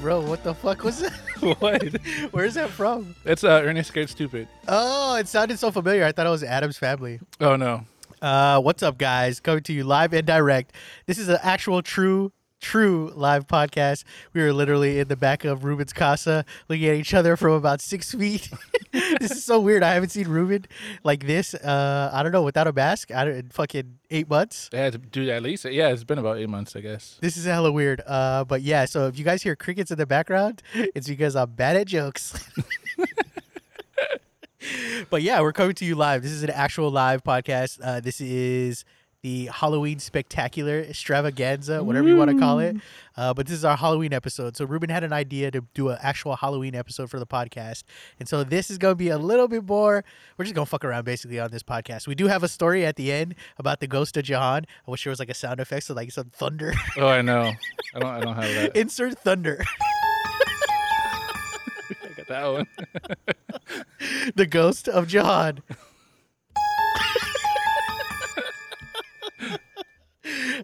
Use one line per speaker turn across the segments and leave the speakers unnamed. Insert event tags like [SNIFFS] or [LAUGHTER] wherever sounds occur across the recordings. Bro, what the fuck was that? [LAUGHS]
[LAUGHS] what?
Where's that from?
That's uh, Ernest Scared Stupid.
Oh, it sounded so familiar. I thought it was Adam's Family.
Oh no.
Uh, what's up, guys? Coming to you live and direct. This is an actual, true, true live podcast. We were literally in the back of Ruben's casa, looking at each other from about six feet. [LAUGHS] this is so weird. I haven't seen Ruben like this. Uh, I don't know without a mask. I don't in fucking eight months.
It had to do at least. Yeah, it's been about eight months, I guess.
This is hella weird. Uh, but yeah. So if you guys hear crickets in the background, [LAUGHS] it's because I'm bad at jokes. [LAUGHS] but yeah, we're coming to you live. This is an actual live podcast. Uh, this is the Halloween spectacular extravaganza, whatever you want to call it. Uh, but this is our Halloween episode. So Ruben had an idea to do an actual Halloween episode for the podcast, and so this is going to be a little bit more. We're just going to fuck around basically on this podcast. We do have a story at the end about the ghost of Jahan. I wish there was like a sound effect, so like some thunder. [LAUGHS]
Oh, I know. I don't. I don't have that.
Insert thunder. [LAUGHS]
I got that one.
the ghost of Jahan.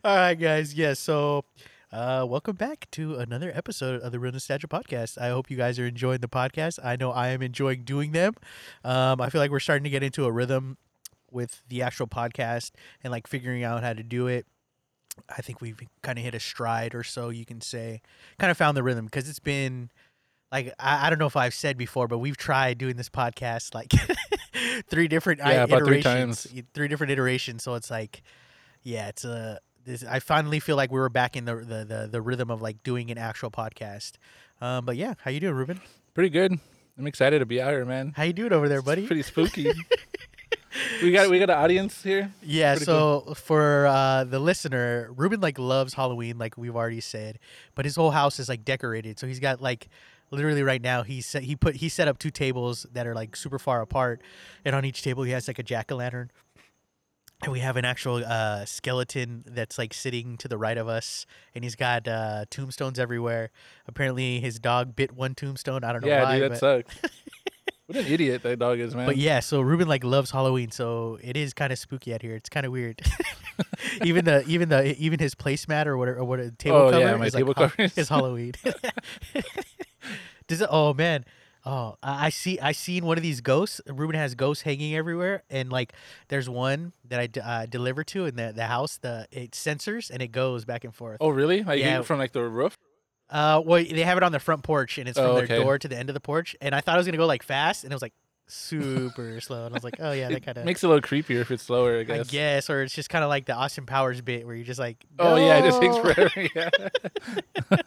All right, guys. Yes. so, uh, welcome back to another episode of the Real Nostalgia Podcast. I hope you guys are enjoying the podcast. I know I am enjoying doing them. Um, I feel like we're starting to get into a rhythm with the actual podcast and like figuring out how to do it. I think we've kind of hit a stride or so, you can say. Kind of found the rhythm because it's been like, I, I don't know if I've said before, but we've tried doing this podcast like [LAUGHS] three different uh,
Yeah, about three
iterations-
times.
y- three different iterations. So it's like, yeah, it's a. This, I finally feel like we were back in the, the, the, the rhythm of like doing an actual podcast. Um, but yeah, how you doing, Ruben?
Pretty good. I'm excited to be out here, man.
How you doing over there, buddy?
It's pretty spooky. we got we got an audience here.
Yeah,
Pretty
so for uh, the listener, Ruben like loves Halloween, like we've already said, but his whole house is like decorated. So he's got like literally right now he set he put he set up two tables that are like super far apart, and on each table he has like a jack o' lantern. And we have an actual uh, skeleton that's like sitting to the right of us, and he's got uh, tombstones everywhere. Apparently, his dog bit one tombstone. I don't know
Yeah,
why.
dude, that
but- [LAUGHS]
sucks. What an idiot that dog is, man.
but yeah, so Ruben like loves Halloween, so it is kind of spooky out here. It's kind of weird. [LAUGHS] even the even the even his placemat or whatever or what table
Oh,
cover
yeah, my
is
table
like Hall-
cover is-
is Halloween. [LAUGHS] Does it? Oh man. Oh, I I see. I seen one of these ghosts. Ruben has ghosts hanging everywhere, and like, there's one that I d- uh, deliver to in the, the house. The it sensors and it goes back and forth.
Oh, really? Like
Yeah.
yeah. from like the roof?
Uh, well, they have it on their front porch, and it's from
Oh,
their
okay.
door to the end of the porch. And I thought it was gonna go like fast, and it was like super [LAUGHS] slow. And I was like, oh yeah, that
It
kind of
makes it a little creepier if it's slower, I
I
guess.
guess, or it's just kind of like the Austin Powers bit where you're just like,
Oh yeah, it just takes
"No."
forever. [LAUGHS] yeah.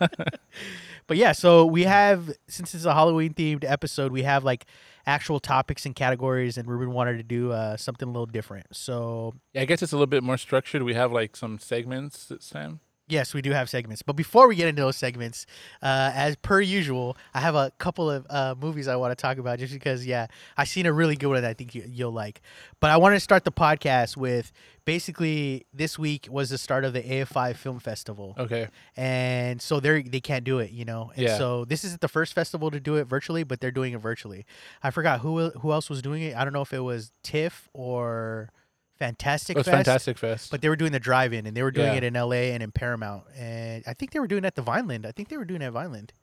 But yeah, so we have since it's a Halloween themed episode, we have like actual topics and categories, and Ruben wanted to do uh, something a little different. So
Yeah, I guess it's a little bit more structured. We have like some segments this time.
yes, we do have segments, but before we get into those segments, uh, as per usual, I have a couple of uh, movies I want to talk about just because yeah, I seen a really good one that I think you, you'll like. But I wanted to start the podcast with basically this week was the start of the AFI Film Festival.
Okay. Oh,
and so they they can't do it, you know. And
Yeah.
so this isn't the first festival to do it virtually, but they're doing it virtually. I forgot who who else was doing it. I don't know if it was TIFF or Fantastic
It was
Fest,
Fantastic Fest.
but they were doing the drive-in and they were doing
Yeah.
it in LA and in Paramount. And I think they were doing it at the Vineland. I think they were doing it at Vineland.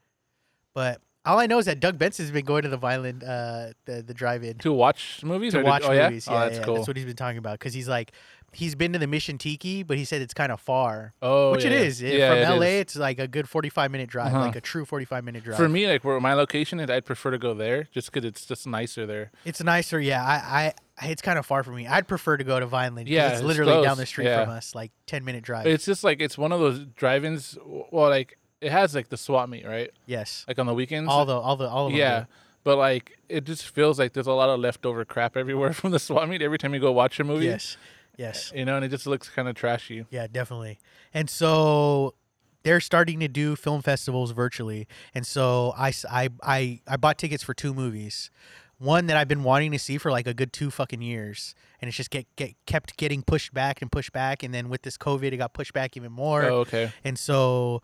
But all I know is that Doug Benson's been going to the Vineland uh the, the drive-in
to watch movies
to
or
watch
to, oh,
movies.
Yeah?
yeah,
oh, that's
yeah,
cool.
That's what he's been talking about cuz he's like he's been to the Mission Tiki, but he said it's kind of far
oh,
which it
yeah.
is. It-
Yeah,
From
it
LA,
is.
it's like a good 45 minute drive,
Uh-huh.
like a true 45 minute drive.
For me, like where my location is, I'd prefer to go there just because it's just nicer there.
it's nicer. Yeah, I, I it's kind of far from me. I'd prefer to go to Vineland. 'cause
Yeah,
it's
it's
literally down
close.
the street
Yeah.
from us, like 10 minute drive.
It's just like it's one of those drive-ins. Well, like it has like the swap meet, right?
yes,
Like on the weekends.
all the all the all of them.
yeah. But like it just feels like there's a lot of leftover crap everywhere [LAUGHS] from the swap meet every time you go watch a
do.
movie.
Yes, yes.
You know, and it just looks kind of trashy.
Yeah, definitely. And so they're starting to do film festivals virtually. And so I, s- I- I- I bought tickets for two movies. One that I've been wanting to see for like a good two fucking years, and it's just get, get kept getting pushed back and pushed back, and then with this COVID, it got pushed back even more.
Oh, okay.
And so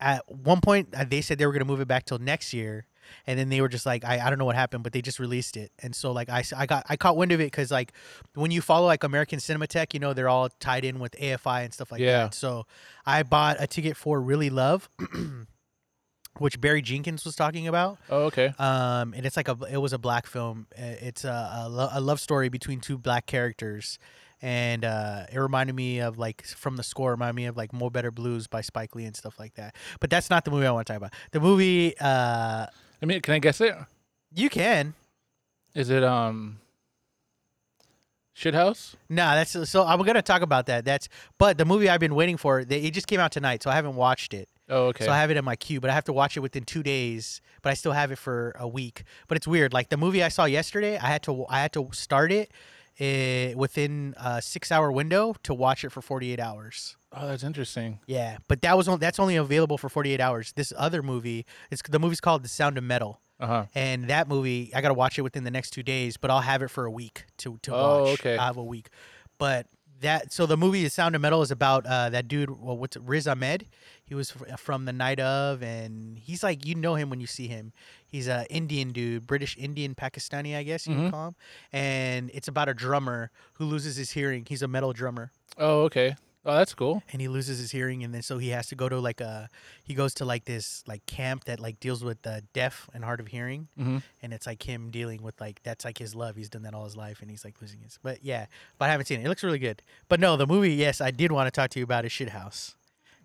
at one point, uh, they said they were going to move it back till next year. And then they were just like, I, I don't know what happened, but they just released it. And so, like, I, s- I got I caught wind of it because, like, when you follow like American Cinematech, you know, they're all tied in with AFI and stuff like
Yeah.
that. So I bought a ticket for Really Love. [CLEARS THROAT] which Barry Jenkins was talking about.
Oh, okay.
Um, and it's like a it was a black film. Uh, It's a, a, lo- a love story between two black characters, and uh, it reminded me of like from the score, it reminded me of like More Better Blues by Spike Lee and stuff like that. But that's not the movie I want to talk about. The movie uh,
I mean, can I guess it?
you can
Is it um Shithouse?
Nah, that's so I'm gonna talk about that. That's but the movie I've been waiting for. They, it just came out tonight, so I haven't watched it.
Oh, okay.
So I have it in my queue, but I have to watch it within two days. But I still have it for a week. But it's weird. Like the movie I saw yesterday, I had to I had to start it eh, within a six hour window to watch it for 48 hours.
oh, that's interesting.
Yeah, but that was on, that's only available for 48 hours. This other movie, it's the movie's called The Sound of Metal,
Uh huh.
and that movie I gotta watch it within the next two days. But I'll have it for a week to to
Oh,
watch.
okay.
I have a week, but. That so the movie The Sound of Metal is about uh, that dude. Well, what's it, Riz Ahmed? He was fr- from the night of, and he's like you know him when you see him. He's a Indian dude, British Indian, Pakistani, I guess you would
Mhm.
call him. And it's about a drummer who loses his hearing. He's a metal drummer,
Oh, okay. Oh, that's cool.
and he loses his hearing and then so he has to go to like a he goes to like this like camp that like deals with uh, deaf and hard of hearing
Mm-hmm.
and it's like him dealing with like that's like his love he's done that all his life and he's like losing his but yeah but i haven't seen it it looks really good but no the movie yes i did want to talk to you about is shithouse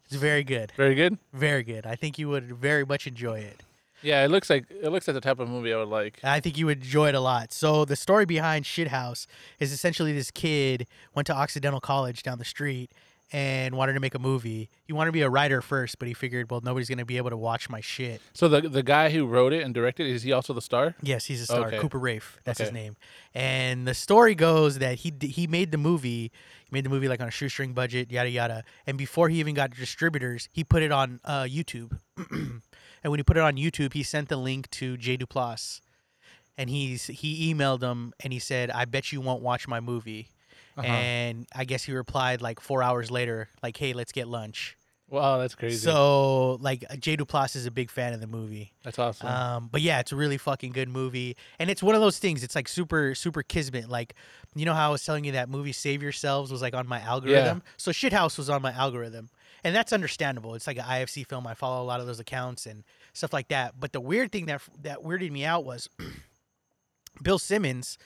it's very good
Very good.
very good i think you would very much enjoy it
Yeah, it looks like it looks like the type of movie I would like.
I think you would enjoy it a lot. So the story behind Shithouse is essentially this kid went to Occidental College down the street and wanted to make a movie. He wanted to be a writer first, but he figured, well, nobody's gonna be able to watch my shit.
So the the guy who wrote it and directed it, is he also the star?
Yes, he's a star.
Okay.
Cooper Rafe, that's his
Okay.
name. And the story goes that he d- he made the movie, he made the movie like on a shoestring budget, yada yada. And before he even got distributors, he put it on uh, YouTube. [CLEARS THROAT] and when he put it on YouTube, he sent the link to Jay Duplass, and he's he emailed him and he said, "I bet you won't watch my movie."
Uh-huh.
And I guess he replied like four hours later, like, "Hey, let's get lunch."
Wow, that's crazy.
So like Jay Duplass is a big fan of the movie.
that's awesome.
Um, but yeah, it's a really fucking good movie, and it's one of those things. It's like super, super kismet. Like, you know how I was telling you that movie "Save Yourselves" was like on my algorithm. So Shithouse was on my algorithm, and that's understandable. It's like an IFC film. I follow a lot of those accounts and stuff like that. But the weird thing that that weirded me out was [CLEARS THROAT] Bill Simmons,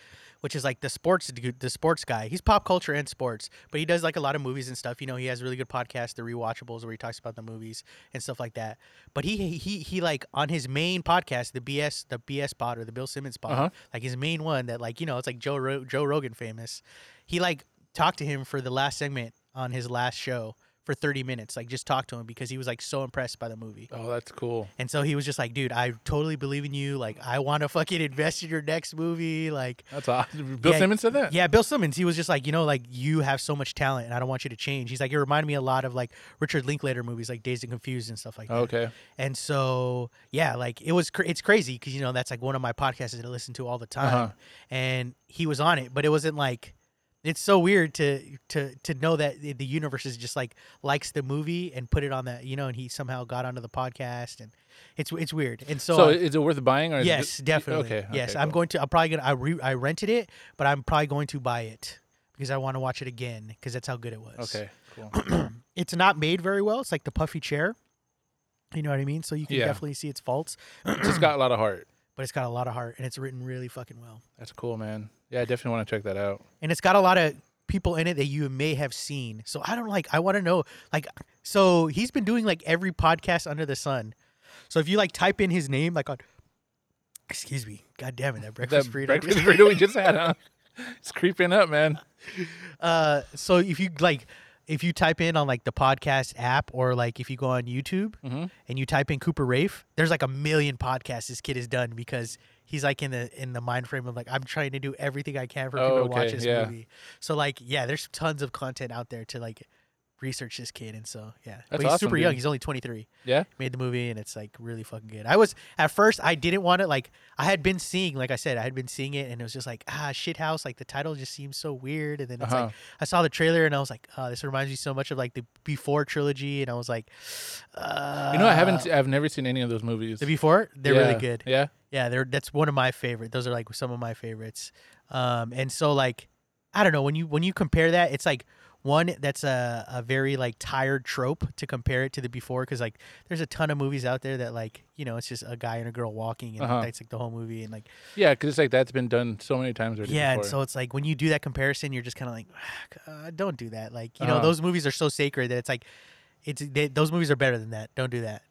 which is like the sports dude, the sports guy. He's pop culture and sports, but he does like a lot of movies and stuff. You know, he has really good podcasts, the rewatchables, where he talks about the movies and stuff like that. But he he he like on his main podcast, the BS the BS pod or the Bill Simmons pod,
Uh-huh.
like his main one that like you know it's like Joe Ro- Joe Rogan famous. He like talked to him for the last segment on his last show for 30 minutes like just talked to him because he was like so impressed by the movie
oh, that's cool.
and so he was just like, dude, I totally believe in you. Like, I want to fucking invest in your next movie. Like,
That's awesome. [LAUGHS] Bill
Yeah,
Simmons said that.
yeah, Bill Simmons, he was just like, you know, like you have so much talent and I don't want you to change. He's like, it reminded me a lot of like Richard Linklater movies like Dazed and Confused and stuff like that.
Oh, Okay.
And so, yeah, like it was, cra- it's crazy because, you know, that's like one of my podcasts that I listen to all the time.
Uh-huh.
And he was on it, but it wasn't like, it's so weird to to to know that the the universe is just like likes the movie and put it on that you know, and he somehow got onto the podcast and it's it's weird. And so,
So,
uh,
is it worth buying or? Is it
yes,
ju-
definitely.
Okay.
yes,
okay,
I'm
cool.
going to. I'm probably gonna. I re, I rented it, but I'm probably going to buy it because I want to watch it again because that's how good it was.
Okay. Cool.
It's not made very well. It's like the puffy chair. You know what I mean? So you can
Yeah.
definitely see its faults,
It's just got a lot of heart.
but it's got a lot of heart and it's written really fucking well.
That's cool, man. Yeah, I definitely want to check that out.
and it's got a lot of people in it that you may have seen. So I don't like. I want to know. Like, so he's been doing like every podcast under the sun. So if you like type in his name, like on, excuse me, god damn
[LAUGHS]
it, that breakfast
that
burrito.
breakfast burrito we just had, huh? [LAUGHS] It's creeping up, man.
[LAUGHS] Uh, so if you like, if you type in on like the podcast app or like if you go on YouTube
Mhm.
and you type in Cooper Rafe, there's like a million podcasts this kid has done because he's like in the in the mind frame of like I'm trying to do everything I can for
Oh,
people to watch
okay,
this
yeah.
movie. So like yeah, there's tons of content out there to like research this kid and so yeah. but
That's
he's
awesome,
super young.
dude.
He's only 23
Yeah.
made the movie and it's like really fucking good. I was at first I didn't want it like I had been seeing like I said I had been seeing it and it was just like ah shit house like the title just seems so weird and then it's like
Uh-huh.
I saw the trailer and I was like oh this reminds me so much of like the before trilogy and I was like uh,
You know, I haven't. I've never seen any of those movies.
the before Uh, they're
Yeah,
really good.
Yeah.
Yeah, they're that's one of my favorite. Those are like some of my favorites. Um, and so like I don't know when you when you compare that, it's like one that's a, a very like tired trope to compare it to the before because like there's a ton of movies out there that like you know it's just a guy and a girl walking and like,
Uh-huh.
that's like the whole movie and like
Yeah, because it's like that's been done so many times already.
yeah and
before.
so it's like when you do that comparison you're just kind of like "Ah, don't do that like you know
Uh-huh.
those movies are so sacred that it's like it's they, those movies are better than that don't do that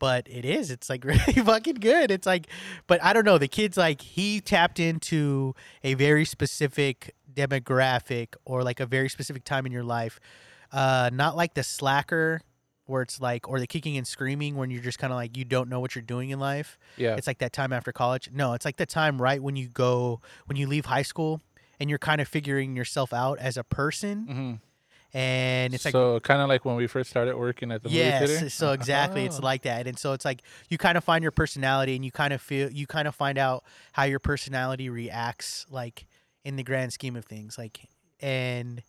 but it is it's like [LAUGHS] really fucking good it's like but i don't know the kids like he tapped into a very specific demographic or like a very specific time in your life uh not like the slacker where it's like or the kicking and screaming when you're just kind of like you don't know what you're doing in life
yeah,
it's like that time after college. No, it's like the time right when you go when you leave high school and you're kind of figuring yourself out as a person.
hmm
And it's like
so kind of like when we first started working at the movie
yes,
theater.
so exactly, it's
[LAUGHS] Oh.
like that. And so it's like you kind of find your personality and you kind of feel you kind of find out how your personality reacts like in the grand scheme of things. Like and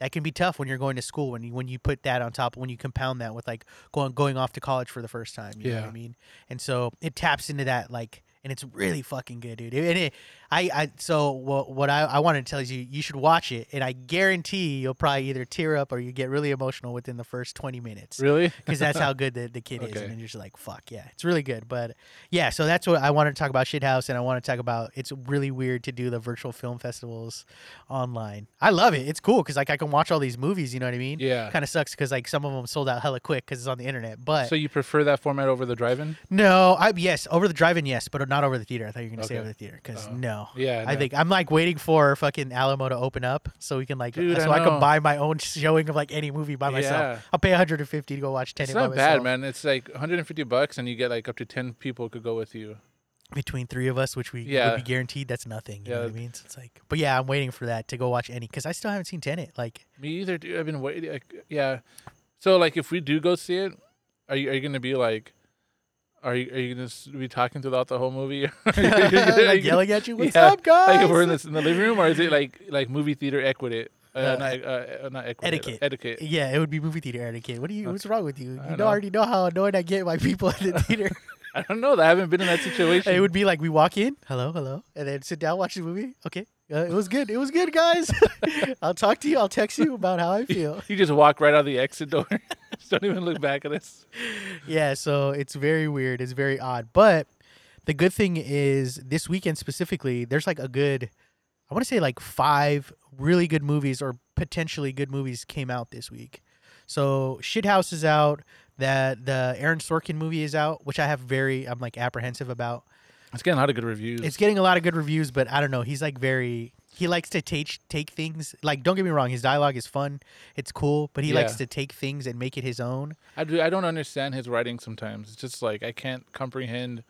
that can be tough when you're going to school when you when you put that on top when you compound that with like going going off to college for the first time. You know what I
Yeah.
mean? And so it taps into that like and it's really fucking good, dude. And it, I, I so what what I, I wanted to tell you you should watch it and I guarantee you'll probably either tear up or you get really emotional within the first twenty minutes.
Really?
Because that's
[LAUGHS]
how good the, the kid is.
Okay.
And then you're just like, fuck, yeah. It's really good. But yeah, so that's what I wanted to talk about Shithouse and I want to talk about it's really weird to do the virtual film festivals online. I love it. It's cool because like I can watch all these movies, you know what I mean?
Yeah.
Kind of sucks because like some of them sold out hella quick because it's on the internet. But
So you prefer that format over the drive-in?
no, I yes, over the drive-in, yes, but not over the theater. I thought you were gonna say
Okay.
over the theater because
Oh.
no,
Yeah,
I
no.
think I'm like waiting for fucking Alamo to open up so we can like
Dude,
so I,
I
can
know.
buy my own [LAUGHS] showing of like any movie by
Yeah.
myself. I'll pay 150 to go watch Tenet
It's
by
not
myself.
bad, man. It's like 150 bucks, and you get like up to 10 people could go with you.
Between three of us, which we
Yeah.
would be guaranteed, that's nothing. You know
Yeah.
what I mean? So it's like, but yeah, I'm waiting for that to go watch any because I still haven't seen Tenet.
[LAUGHS]
Like, [LAUGHS]
Me either, dude. I've been waiting. Like, yeah. So like, if we do go see it, are you are you gonna be like, are you are you gonna s- be talking throughout the whole movie? [LAUGHS]
[LAUGHS] like yelling at you, what's
Yeah.
up, guys?
Like if we're in, this, in the living room, or is it like like movie theater equity? Uh,
Uh,
not, uh, not equity,
etiquette.
Etiquette.
yeah, it would be movie theater etiquette. What do you? What's wrong with you? You
I
know,
know.
I already know how annoyed I get by people [LAUGHS] at the
[LAUGHS]
theater.
I don't know. I haven't been in that situation.
It would be like we walk in, hello, hello, and then sit down, watch the movie. Okay, uh, it was good. It was good, guys. [LAUGHS] I'll talk to you. I'll text you about how I feel.
You just walk right out of the exit door. [LAUGHS] just don't even look back at us.
Yeah, so it's very weird. It's very odd. But the good thing is this weekend specifically, there's like a good, I want to say like five really good movies or potentially good movies came out this week. So Shithouse is out. That the Aaron Sorkin movie is out, which I have very I'm like apprehensive about.
It's getting a lot of good reviews.
It's getting a lot of good reviews, but I don't know. He's like very he likes to take take things like don't get me wrong, his dialogue is fun, it's cool, but he likes
Yeah.
to take things and make it his own.
I do. I don't understand his writing sometimes. It's just like I can't comprehend,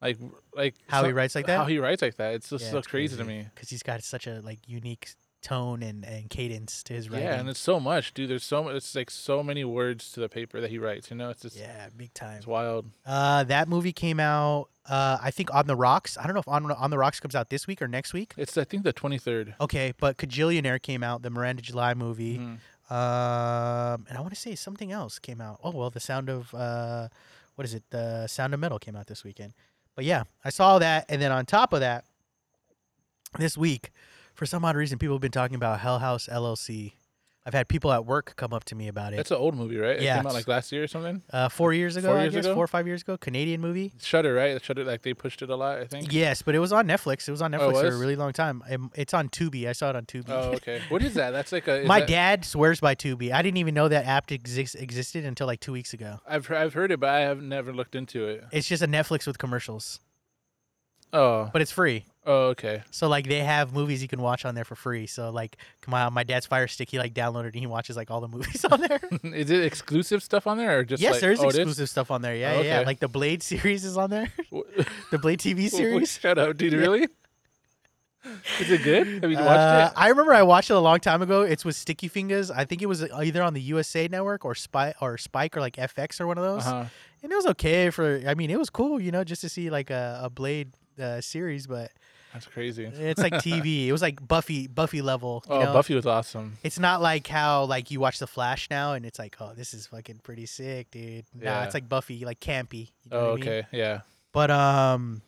like like
How he
some-
writes like that?
How he writes like that. It's just
Yeah,
so
it's
crazy, to me.
because he's got such a like unique tone and, and cadence to his writing.
Yeah, and it's so much, dude. There's so much. It's like so many words to the paper that he writes. You know, it's just
yeah, big time.
it's wild.
Uh, that movie came out. Uh, I think on the rocks. I don't know if on on the rocks comes out this week or next week.
It's I think the 23rd.
Okay, but Cajillionaire came out, the Miranda July movie,
Mm-hmm.
um, and I want to say something else came out. Oh well, the Sound of uh, what is it? The Sound of Metal came out this weekend. But yeah, I saw that, and then on top of that, this week, for some odd reason, people have been talking about Hell House LLC. I've had people at work come up to me about it.
That's an old movie, right?
Yeah,
it came out
it's-
like last year or something.
Uh, four years ago,
Four
I
years
guess,
ago?
four or five years ago, Canadian movie.
Shutter, right? Shutter, like they pushed it a lot. I think.
Yes, but it was on Netflix. It was on
Oh, it
Netflix for a
was?
really long time. Um, It's on Tubi. I saw it on Tubi.
Oh, okay. What is that? That's like a. is
My
that-
dad swears by Tubi. I didn't even know that app exist, existed until like two weeks ago.
I've he- I've heard it, but I have never looked into it.
It's just a Netflix with commercials,
Oh.
but it's free.
Oh, okay. [LAUGHS]
So like they have movies you can watch on there for free. So like my my dad's Fire Stick, he like downloaded and he watches like all the movies on
[LAUGHS]
there.
is it exclusive stuff on there or just?
yes,
like,
there's
oh, it is?
exclusive stuff on there. Yeah,
Oh,
yeah, yeah.
okay.
Like the Blade series is on there.
[LAUGHS]
[LAUGHS] The Blade TV
Wait, wait,
series.
Shut up, dude.
Yeah.
Really? Is it good? Have you watched
Uh,
it?
I remember I watched it a long time ago. It's with Sticky Fingers. I think it was either on the USA Network or Spike or Spike or like FX or one of those.
Uh-huh.
And it was okay for. I mean, it was cool, you know, just to see like a, a Blade uh, series, but
That's crazy.
it's
[LAUGHS]
like TV. it was like Buffy Buffy level. You
Oh,
know?
Buffy was awesome.
It's not like how like you watch The Flash now and it's like, oh, this is fucking pretty sick, dude. Nah,
Yeah.
it's like Buffy, like campy. You know what
Oh,
I mean?
okay. Yeah.
But um,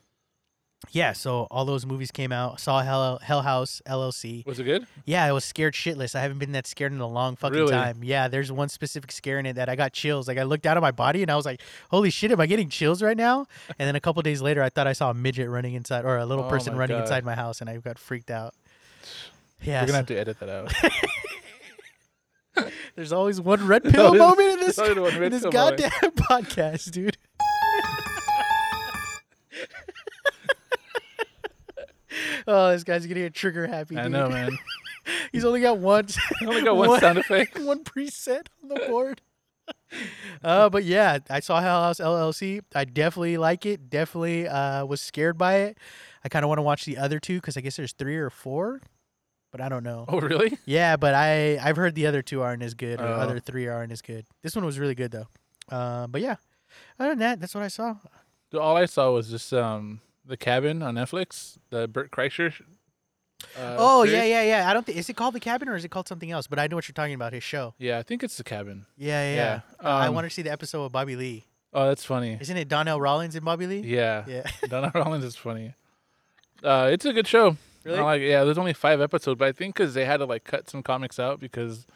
yeah, so all those movies came out. Saw Hell, Hell House LLC.
Was it good?
Yeah, I was scared shitless. I haven't been that scared in a long fucking
Really?
time. Yeah, there's one specific scare in it that I got chills. Like I looked out of my body and I was like, "Holy shit, am I getting chills right
[LAUGHS]
now?" And then a couple days later, I thought I saw a midget running inside or a little
Oh
person
my
running
God.
inside my house, and I got freaked out. Yeah,
We're
so
gonna have to edit that
[LAUGHS]
out.
there's always one
[LAUGHS]
red pill
There's
moment in this,
always one
in
red
this
pill moment.
goddamn [LAUGHS] podcast,
[LAUGHS]
dude. [LAUGHS] oh, this guy's gonna get trigger happy.
I
dude.
know, man.
He's only got one.
I
[LAUGHS]
only got one, sound effect.
one preset on the board. [LAUGHS] uh, but yeah, I saw Hell House LLC. I definitely like it. Definitely uh, was scared by it. I kind of want to watch the other two because I guess there's three or four, but I don't know.
Oh, really?
Yeah, but I I've heard the other two aren't as good, or
Oh.
other three aren't as good. This one was really good though. Uh, but yeah, other than that, that's what I saw.
Dude, All I saw was this um the cabin on Netflix, the Burt Kreischer. Uh,
oh yeah,
series.
yeah, yeah. I don't think is it called the cabin or is it called something else? But I know what you're talking about. His show.
Yeah, I think it's the cabin.
Yeah, yeah. yeah. I
um,
want to see the episode with Bobby Lee.
Oh, that's funny.
Isn't it Donnell Rollins and Bobby Lee?
Yeah,
Yeah.
Donna [LAUGHS] Rollins is funny. Uh, it's a good show.
Really?
I like, yeah, there's only five episodes, but I think because they had to like cut some comics out because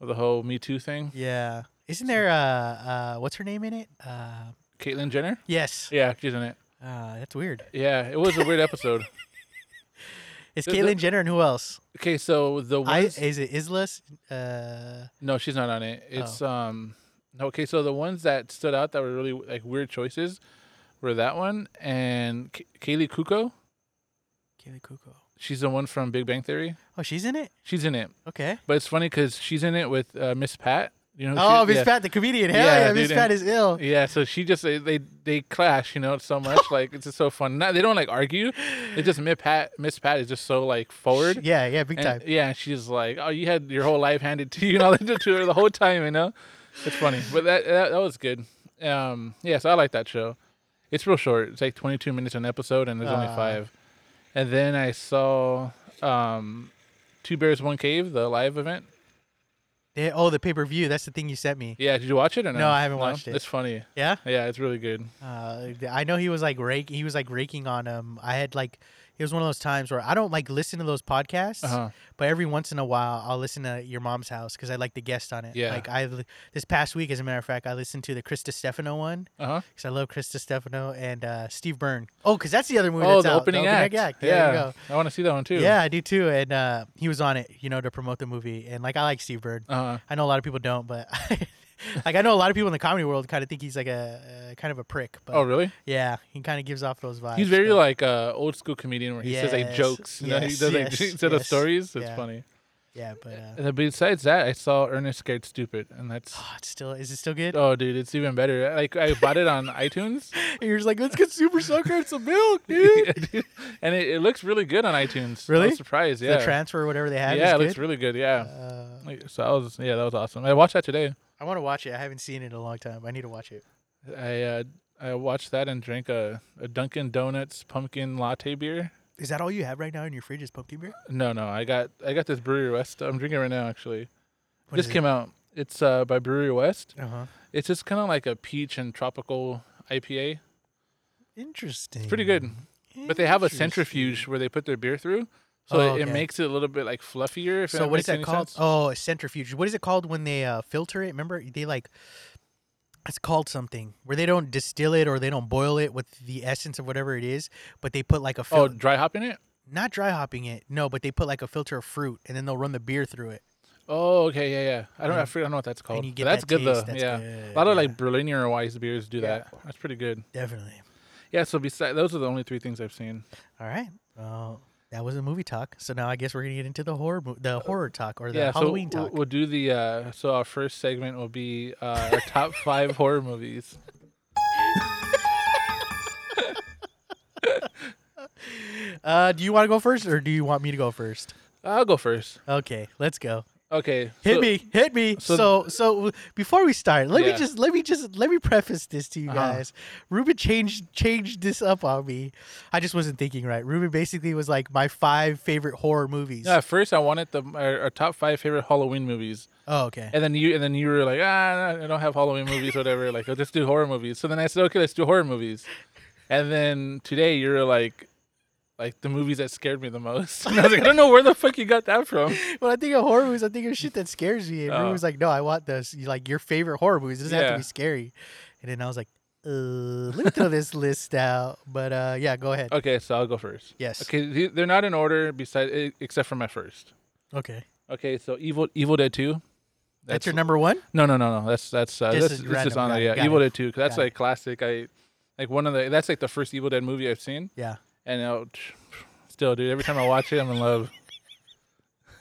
of the whole Me Too thing.
Yeah. Isn't there uh uh what's her name in it? Uh
Caitlyn Jenner.
yes.
Yeah, she's in it.
Uh that's weird.
Yeah, it was a
[LAUGHS]
weird episode.
It's
The- the-
Caitlyn Jenner and who else?
Okay, so the
I
ones
is it Isla? S- Uh
no, she's not on
Oh.
it. It's um okay, so the ones that stood out that were really like weird choices were that one and K- Kaylee Kuko.
Kaylee Kuko.
She's the one from Big Bang Theory.
Oh, she's in it?
She's in it,
Okay.
but it's funny because she's in it with uh, Miss Pat. You know? who she-
Oh, Miss
yeah.
Pat the comedian. Hell yeah,
Yeah,
Miss
dude,
Pat is ill.
Yeah, so she just they they, they clash, you know, so much. like it's just so fun. Not, they don't like argue. It's just Miss Pat. Miss Pat is just so like forward.
Yeah, yeah, big
and,
time.
yeah, and she's like, "Oh, you had your whole life handed to you [LAUGHS] and all that to her the whole time," you know. It's funny, but that that, that was good. Um, yes, I like that show. It's real short. It's like 22 minutes an episode, and there's only
Ah.
five. And then I saw um, Two Bears One Cave, the live event.
They- oh, the pay-per-view, that's the thing you sent me.
Yeah, did you watch it or no?
No, I haven't watched it.
It's funny.
Yeah?
Yeah, it's really good.
Uh, I know he was like rake he was like raking on um I had like it was one of those times where I don't like listen to those podcasts.
Uh huh.
But every once in a while, I'll listen to your mom's house because I like the guest on it.
Yeah.
Like I, li- this past week, as a matter of fact, I listened to the Chris Stefano one
Uh huh.
because I love Chris Stefano and uh, Steve Byrne. Oh, because that's the other movie.
Oh,
that's
the
out,
opening act.
Yeah.
yeah,
There you
I want to see that one too.
go. Yeah, I do too. And uh, he was on it, you know, to promote the movie. And like I like Steve Byrne.
Uh-huh.
I know a lot of people don't, but [LAUGHS] like I know a lot of people in the comedy world kind of think he's like a uh, kind of a prick. But
Oh, really?
yeah, he kind of gives off those vibes.
He's very
but-
like uh, old school comedian where he says like
Yes,
jokes. You know, he
yes,
does like
yes,
[LAUGHS] instead of
yes,
stories. It's
yeah.
funny.
yeah, but uh,
And then besides that, I saw Ernest Scared Stupid,
[GASPS]
and that's
[SIGHS] it's still is it still good?
oh, dude, it's even better. Like I bought it
[LAUGHS]
on iTunes,
And you're just like, let's get Super
[LAUGHS]
Sucker and some milk, dude.
Yeah, dude. and it, it looks really good on iTunes. I
Really?
was surprised. Yeah,
the transfer or whatever they have.
yeah, it
is
looks
good.
really good. Yeah.
Uh,
Like, so I was yeah, that was awesome. I watched that today.
I want to watch it. I haven't seen it in a long time. I need to watch it.
I uh, I watched that and drank a, a Dunkin' Donuts pumpkin latte beer.
Is that all you have right now in your fridge? Is pumpkin beer?
No, no, I got I got this Brewery West. I'm drinking right now actually.
What
just
is
came out. It's uh, by Brewery West.
It? Uh-huh.
It's just kind of like a peach and tropical IPA.
Interesting.
It's pretty good.
Mm.
But they have a centrifuge where they put their beer through, so
Oh,
it, it
okay.
makes it a little bit like fluffier. If
So what is
makes
that
any
called?
sense.
Oh, a centrifuge. What is it called when they uh, filter it? Remember, they like it's called something where they don't distill it or they don't boil it with the essence of whatever it is, but they put like a
Oh,
fil-
dry hopping it.
not dry hopping it. No, but they put like a filter of fruit and then they'll run the beer through it.
Oh, okay, yeah, yeah. I don't, I
And-
forget, I don't know what that's called.
and you
but
get
that's
that
good
taste.
though.
That's
yeah,
good,
a lot of
yeah.
like Berliner Weiss beers do
Yeah.
that. That's pretty good.
Definitely.
Yeah. So besides, those are the only three things I've seen.
All right.
Uh,
Well, that was a movie talk. So now I guess we're gonna get into the horror, mo- the horror talk or the
Uh, yeah.
Halloween
so we'll-
talk.
we'll do the. Uh, so our first segment will be uh, our
[LAUGHS]
top five horror movies.
Uh, do you want to go first, or do you want me to go first?
I'll go first.
Okay, let's go.
Okay.
Hit
so-
me, hit me. So,
so-
so, w- before we start, let me
Yeah.
just, let me just, let me preface this to you
Uh-huh.
guys. Ruben changed changed this up on me. I just wasn't thinking right. Ruben basically was like my five favorite horror movies.
No, at first I wanted the our, our top five favorite Halloween movies,
oh, okay.
and then you and then you were like, ah, no, I don't have Halloween movies, whatever. [LAUGHS] like, let's do horror movies. So then I said, okay, let's do horror movies, and then today you were like, like the movies that scared me the most. [LAUGHS] And I was like, I don't know where the fuck you got that from.
When I think of horror movies, I think of shit that scares me. And
Oh.
Ruben was like, "No, I want this. You- Like your favorite horror movies. It doesn't have to
Yeah.
be scary." And then I was like, uh, "Let me throw this list out." But uh, yeah, go ahead.
Okay, so I'll go first.
yes. Okay.
Okay, the- they're not in order beside e, except for my first. Okay, so Evil Evil Dead Two.
That's, your number one.
No, no, no, no. That's that's uh,
This
this,
is
this is
random.
on
Got
there.
it,
Yeah,
got
Evil
it.
Dead Two. 'cause that's
Got
like classic. I like one of the. That's like the first Evil Dead movie I've seen,
Yeah.
and I'll, [SNIFFS] still, dude, every time I watch it, I'm in
[LAUGHS]
love.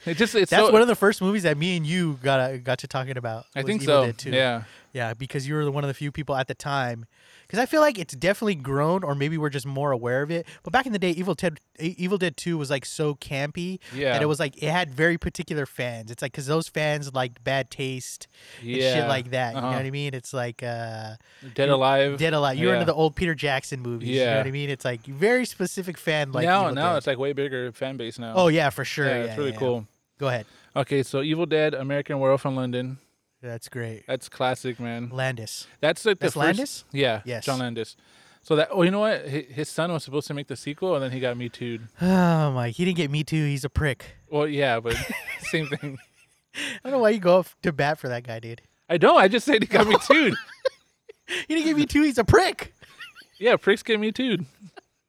It just it's
That's
so,
one of the first movies that me and you got got to talking about.
I
was
think
Evil
so.
Dead 2.
Yeah,
Yeah, because you were one of the few people at the time. Because I feel like it's definitely grown, or maybe we're just more aware of it. But back in the day, Evil Ted, E- Evil Dead Two was like so campy
yeah,
that it was like it had very particular fans. It's like because those fans liked bad taste and
yeah.
shit like that. You know
Uh-huh.
what I mean? It's like uh,
Dead Alive.
Dead Alive. You're into
Yeah.
the old Peter Jackson movies. You know
Yeah.
what I mean? It's like very specific fan like.
now,
Evil
now
Dead.
it's like way bigger fan base now.
oh yeah, for sure.
yeah,
Yeah,
it's really
yeah, yeah.
cool.
Go ahead.
Okay, so Evil Dead, American Werewolf in London.
That's great.
That's classic, man.
Landis. [SIGHS]
That's like the
That's
first,
Landis?
Yeah,
Yes.
John Landis. So that oh, you know what? Hi- His son was supposed to make the sequel, and then he got me too.
Oh my, he didn't get me too. He's a prick.
Well,
[LAUGHS]
yeah, but same thing.
I don't know why you go up to bat for that guy, dude.
I don't. I just said
[LAUGHS]
he got me too.
He didn't get me two. He's a prick.
Yeah, pricks get me too.
[LAUGHS]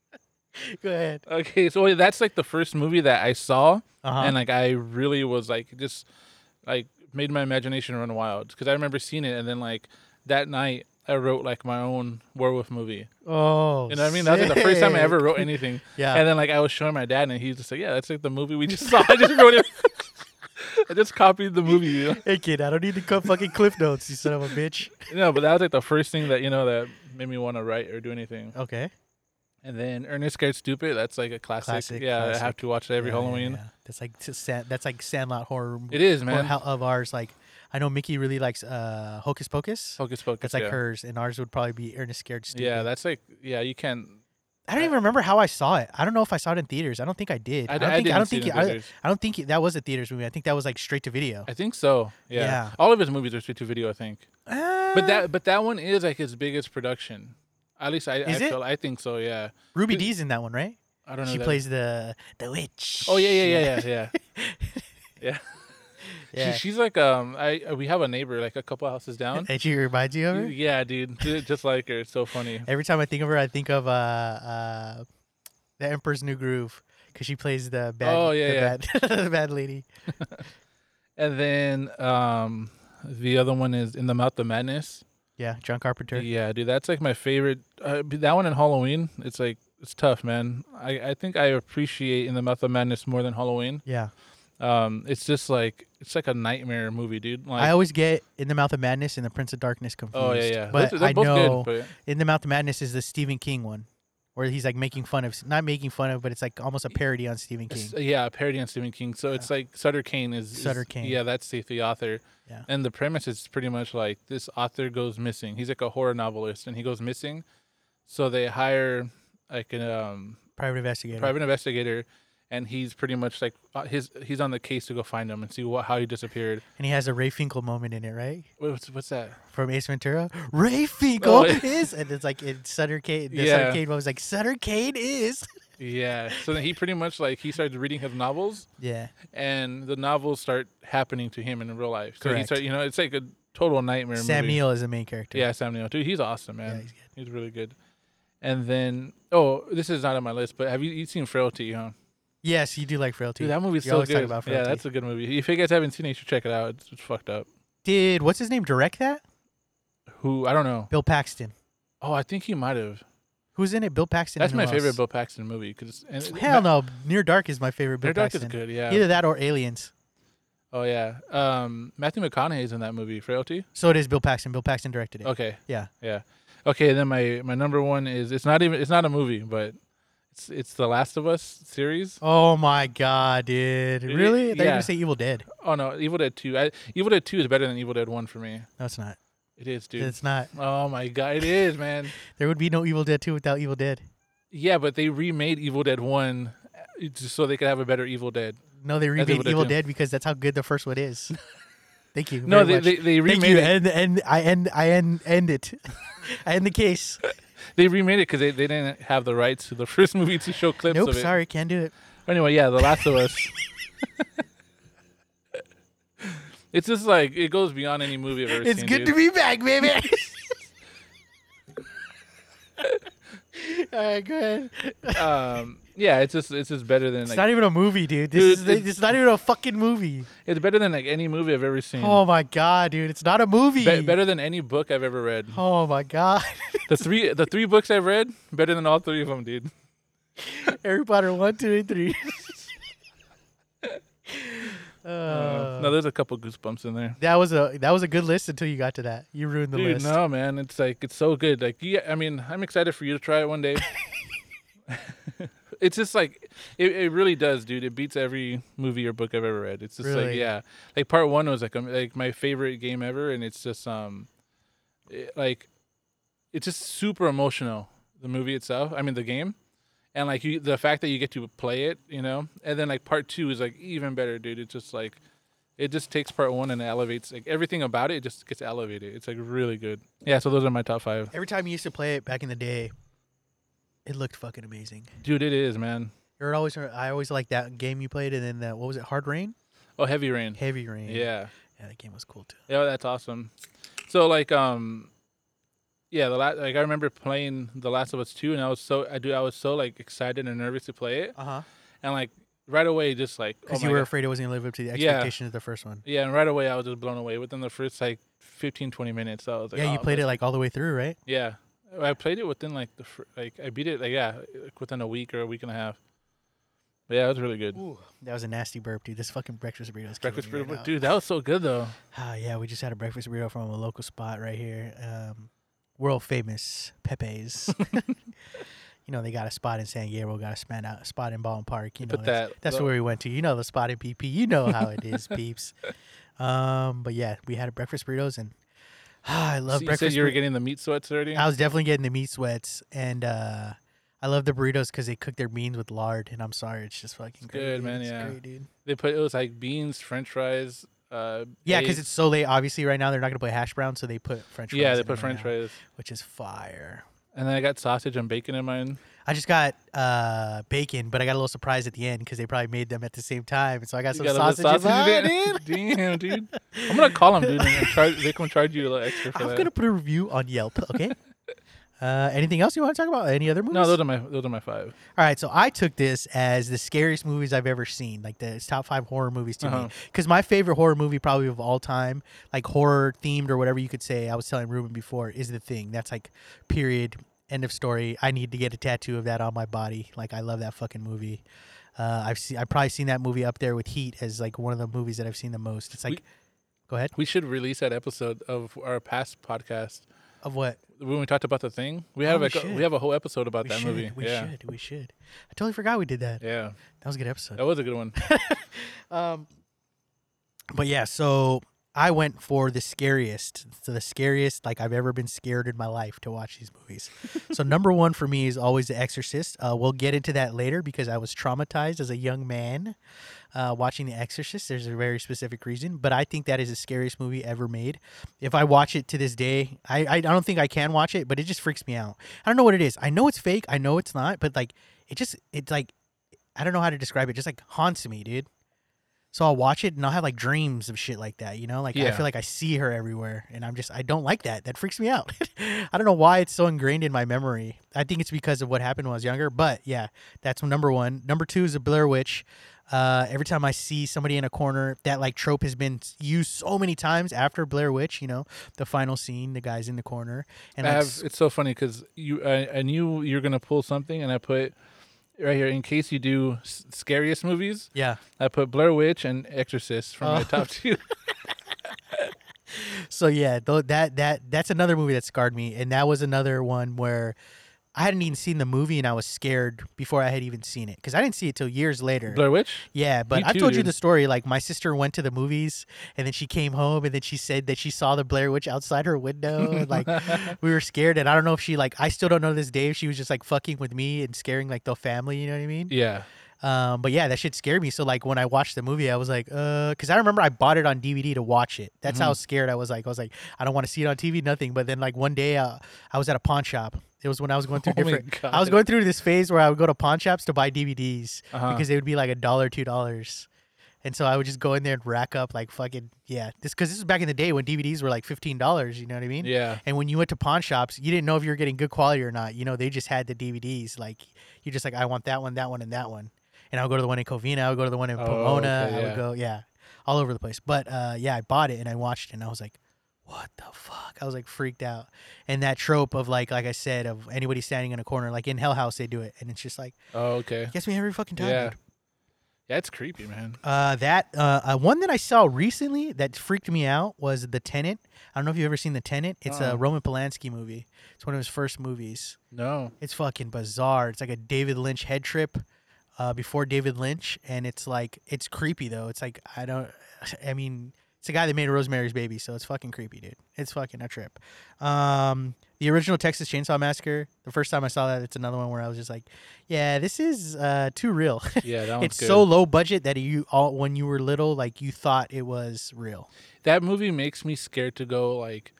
Go ahead.
Okay, so oh, that's like the first movie that I saw,
Uh-huh.
and like I really was like just like made my imagination run wild because I remember seeing it, and then like that night I wrote like my own werewolf movie.
oh,
You know what I mean? That was like the first time I ever
sick.
wrote [LAUGHS] anything.
Yeah.
And then like I was showing my dad, and he was just like, "Yeah, that's like the movie we just [LAUGHS] saw. I just wrote it. I just copied the movie." You know?
Hey kid, I don't need to cut fucking cliff notes. You son of a bitch.
[LAUGHS] No, but that was like the first thing that you know that made me want to write or do anything.
Okay.
And then Ernest Scared Stupid. That's like a classic.
Classic,
yeah, I have
classic.
to watch it every
Yeah, yeah,
Halloween.
yeah. That's like t- sand, that's like Sandlot horror.
It is
horror
man.
ho- of ours. Like I know Mickey really likes uh, Hocus Pocus.
Hocus Pocus.
That's like
yeah.
hers, and ours would probably be Ernest Scared Stupid.
Yeah, that's like yeah. You can't.
I don't even remember how I saw it. I don't know if I saw it in theaters. I don't think I did.
I,
don't
I
think.
didn't
I don't
see
think.
it in
I,
theaters.
I don't think it- that was a theaters movie. I think that was like straight to video.
I think so. Yeah.
Yeah.
All of his movies are straight to video. I think.
Uh,
But that but that one is like his biggest production. At least I, I
Is it?
feel I think so. Yeah.
Ruby Dee's in that one, right?
I don't know.
She
that-
plays the the witch.
Oh yeah yeah [LAUGHS] yeah yeah yeah.
Yeah.
She, she's like um I we have a neighbor like a couple houses down.
[LAUGHS] And she reminds you of her.
yeah, dude, [LAUGHS] dude, just like her. It's so funny.
Every time I think of her, I think of uh, uh the Emperor's New Groove because she plays the bad.
Oh, yeah,
the
yeah.
Bad, [LAUGHS] the bad lady.
And then um the other one is in the mouth of madness.
Yeah, John Carpenter.
Yeah, dude, that's like my favorite. Uh, but that one and Halloween. It's like it's tough, man. I I think I appreciate in the mouth of madness more than Halloween.
Yeah,
Um, it's just like it's like a nightmare movie, dude.
I
Like
always get In the Mouth of Madness and The Prince of Darkness confused.
oh yeah yeah,
But
Those- they're
I
both
know
good.
In the Mouth of Madness is the Stephen King one, where he's like making fun of, not making fun of, but it's like almost a parody on Stephen
But
King.
it's- yeah, a parody on Stephen King. So it's like Sutter Kane is is-
Sutter Kane.
Yeah, that's the, the author.
Yeah.
And the premise is pretty much like this author goes missing. He's like a horror novelist, and he goes missing. So they hire like an um,
Private investigator.
private investigator, and he's pretty much like uh, his he's on the case to go find him and see what how he disappeared.
And he has a Ray Finkel moment in it, right?
Wait, What's what's that?
From Ace Ventura. Ray Finkel
Oh, yeah.
is, and it's like in Sutter Kane. The Sutter
Yeah.
Kane one was like Sutter Kane is.
Yeah. So then he pretty much like he starts reading his novels,
Yeah.
and the novels start happening to him in real life. So he
Correct.
start, you know, it's like a total nightmare.
Sam
movie.
Neill is the main character.
Yeah, Sam Neill. Dude, he's awesome, man.
he's
he's, really good. And then, oh, this is not on my list, but have you, you seen Frailty, huh?
Yes, you do like frailty.
Dude, that movie's
you
so
always
good.
talk about
yeah,
Frailty.
that's a good movie. If you guys haven't seen it, you should check it out. It's, it's fucked up.
Did what's his name direct that?
Who I don't know.
Bill Paxton.
Oh, I think he might have.
Who's in it? Bill Paxton.
That's
and
my
who
favorite
else?
Bill Paxton movie because
Hell no, Near Dark is my favorite Bill
Their Dark is
Paxton.
good. Yeah.
Either that or Aliens.
Oh yeah. Um, Matthew McConaughey's in that movie, Frailty.
So it is Bill Paxton. Bill Paxton directed it.
Okay.
Yeah.
Yeah. Okay. And then my my number one is it's not even it's not a movie, but it's it's the Last of Us series.
Oh my god, dude!
Dude,
Really? I thought you were
yeah.
gonna say Evil Dead.
Oh no, Evil Dead Two. I, Evil Dead Two is better than Evil Dead One for me.
No, it's not.
It is, dude.
It's not.
Oh my god, it is, man.
There would be no Evil Dead 2 without Evil Dead.
Yeah, but they remade Evil Dead One uh, just so they could have a better Evil Dead.
No, they remade
Evil Dead
Evil
2. [LAUGHS]
Dead because that's how good the first one is. Thank you.
No,
very
they,
much.
they, they
Thank
remade
you.
it.
And and I end I end end it. [LAUGHS] I end the case.
They remade it because they, they didn't have the rights to the [LAUGHS] first movie to show clips
Nope,
of it.
sorry, can't do it.
Anyway, yeah, The Last of Us. [LAUGHS] it's just like it goes beyond any movie I've ever
It's
seen.
good to
dude.
be back,
[LAUGHS]
baby. All right, go ahead.
Um, yeah, it's just it's just better than
It's
like
not even a movie, dude. This
Dude,
is it's,
it's-
not even a fucking movie.
it's better than like any movie I've ever seen.
Oh my god, dude, it's not a movie.
Be- better than any book I've ever read.
Oh my god, [LAUGHS]
The three the three books I've read better than all three of them, dude.
Harry Potter one, two, and three. [LAUGHS] uh,
Uh, no, there's a couple goosebumps in there.
that was a that was a good list until you got to that. You ruined the
Dude,
list.
no, man, it's like it's so good. Like, yeah, I mean, I'm excited for you to try it one day. it's just like it, it really does, dude. It beats every movie or book I've ever read. It's just like
Really?
yeah, like part one was like um, like my favorite game ever, and it's just um, it- like it's just super emotional. The movie itself, I mean, the game. And like you, the fact that you get to play it, you know, and then like part two is like even better, dude. It's just like, it just takes part one and elevates like everything about it. It just gets elevated. It's like really good. Yeah. So those are my top five,
Every time you used to play it back in the day, it looked fucking amazing.
dude. It is man.
It would always I always liked that game you played, and then that what was it? Hard Rain,
Oh, heavy rain.
Heavy Rain.
Yeah.
yeah, that game was cool too.
Yeah, that's awesome. So like um yeah, the last like I remember playing The Last of Us 2 and I was so I do I was so like excited and nervous to play it
Uh huh.
and like right away just like oh
Because
Uh-huh. my
you were
God.
afraid it wasn't gonna live up to the
Yeah.
expectation of the first one.
Yeah, and right away I was just blown away within the first like 15 20 minutes. I was like
yeah, you
"Oh,
played it like all the way through, right?
this- Yeah. I played it within like the fir- like I beat it like yeah, like, within a week or a week and a half. But yeah, it was really good.
Ooh, that was a nasty burp, dude. This fucking breakfast burrito is killing
Breakfast
me right
burrito,
now.
dude, that was so good though.
Ah, yeah, we just had a breakfast burrito from a local spot right here. Um, world famous
[LAUGHS]
Pepe's. you know, they got a spot in San Diego, got a span out, spot in Ballin Park. You know,
Put
that's,
that
that's
the-
where we went to. You know the spot in PP. You know how it
[LAUGHS]
is, peeps. Um, but yeah, we had a breakfast burritos and [SIGHS] ah, I love
So you said
breakfast.
you were
burri-
getting the meat sweats already.
I was definitely getting the meat sweats and uh I love the burritos because they cook their beans with lard, and I'm sorry, it's just fucking great,
good,
dude.
man,
It's
yeah.
great, dude.
They put it was like beans, French fries. Uh,
Yeah, because
eggs.
it's so late. Obviously, right now they're not gonna play hash brown, so they put French. Fries
yeah,
in
they
it
put
right
French
now,
fries,
which is fire.
and then I got sausage and bacon in mine.
I just got uh, bacon, but I got a little surprise at the end because they probably made them at the same time. So I got
You
some
got a
sausage. in
little
mine, dude.
sausage in it? [LAUGHS] Damn, dude! I'm gonna call them, dude. And charge, they can charge you a little extra
[LAUGHS]
for
I'm
that.
gonna put a review on Yelp. Okay.
[LAUGHS]
uh, anything else you want to talk about? Any other movies?
No, those are my those are my five.
All right, so I took this as the scariest movies I've ever seen, like the top five horror movies to
Uh-huh.
me. Because my favorite horror movie, probably of all time, like horror themed or whatever you could say, I was telling Ruben before, is The Thing. That's like period, end of story. I need to get a tattoo of that on my body. Like I love that fucking movie. Uh, I've seen, I've probably seen that movie up there with Heat as like one of the movies that I've seen the most. It's like, go ahead.
We should release that episode of our past podcast
Of what?
when we talked about the thing. We have
we
like a,
should.
we have a whole episode
Oh,
about
We
that
should.
movie.
We
yeah,
should. We should. I totally forgot we did that.
yeah,
That was a good episode.
that was a good one.
Um, but yeah, so I went for the scariest, so the scariest like I've ever been scared in my life to watch these movies. so number one for me is always The Exorcist. Uh, we'll get into that later because I was traumatized as a young man uh, watching The Exorcist. There's a very specific reason, but I think that is the scariest movie ever made. If I watch it to this day, I I don't think I can watch it, but it just freaks me out. I don't know what it is. I know it's fake. I know it's not, but like it just it's like. I don't know how to describe it. Just like haunts me, dude. So I'll watch it and I'll have like dreams of shit like that, you know? Like I
Yeah.
feel like I see her everywhere and I'm just I don't like that. That freaks me out. [LAUGHS] I don't know why it's so ingrained in my memory. I think it's because of what happened when I was younger, but yeah, that's number 1. Number 2 is a Blair Witch. Uh, every time I see somebody in a corner, that like trope has been used so many times after Blair Witch, you know, the final scene, the guy's in the corner and
I
like,
have,
s-
it's so funny because you I, I knew you were gonna pull something, and I put right here in case you do s- scariest movies.
yeah.
I put Blair Witch and Exorcist from my
Oh. [LAUGHS]
top two.
So yeah, tho- that that that's another movie that scarred me, and that was another one where I hadn't even seen the movie, and I was scared before I had even seen it because I didn't see it till years later.
Blair Witch.
yeah, but
Me
I've
too,
told you
dude.
the story. Like my sister went to the movies, and then she came home, and then she said that she saw the Blair Witch outside her window, and
[LAUGHS]
like we were scared. And I don't know if she like I still don't know to this day if she was just like fucking with me and scaring like the family. You know what I mean?
Yeah.
Um, but yeah, that shit scared me. So like when I watched the movie, I was like, uh, because I remember I bought it on DVD to watch it. That's how
Mm-hmm.
scared I was. Like I was like, I don't want to see it on TV, nothing. But then like one day, uh, I was at a pawn shop. It was when I was
[LAUGHS]
going through
Oh my
different.
God.
I was going through this phase where I would go to pawn shops to buy DVDs
Uh-huh.
because they would be like a dollar, two dollars. And so I would just go in there and rack up like fucking yeah, this because this is back in the day when DVDs were like fifteen dollars. You know what I [LAUGHS] mean?
Yeah.
And when you went to pawn shops, you didn't know if you were getting good quality or not. You know, they just had the DVDs. Like you're just like, I want that one, that one, and that one. And I would go to the one in Covina. I would go to the one in
Oh,
Pomona.
okay,
I
yeah.
would go, yeah, all over the place. But uh, yeah, I bought it and I watched it, and I was like, what the fuck? I was like freaked out. And that trope of like, like I said, of anybody standing in a corner, like in Hell House, they do it, and it's just like
Oh, okay.
gets me every fucking time.
Yeah.
dude.
Yeah, it's creepy, man.
Uh, that uh, uh, one that I saw recently that freaked me out was The Tenant. I don't know if you've ever seen The Tenant. It's
Uh-uh.
a Roman Polanski movie. It's one of his first movies. [LAUGHS]
No.
It's fucking bizarre. It's like a David Lynch head trip uh, before David Lynch, and it's like it's creepy though. It's like I don't. [SIGHS] I mean, it's a guy that made Rosemary's Baby, so it's fucking creepy, dude. It's fucking a trip. Um, the original Texas Chainsaw Massacre. The first time I saw that, it's another one where I was just like, yeah, this is uh, too real. [LAUGHS]
Yeah, that one's
it's
good.
so low budget that you all when you were little, like you thought it was real.
that movie makes me scared to go like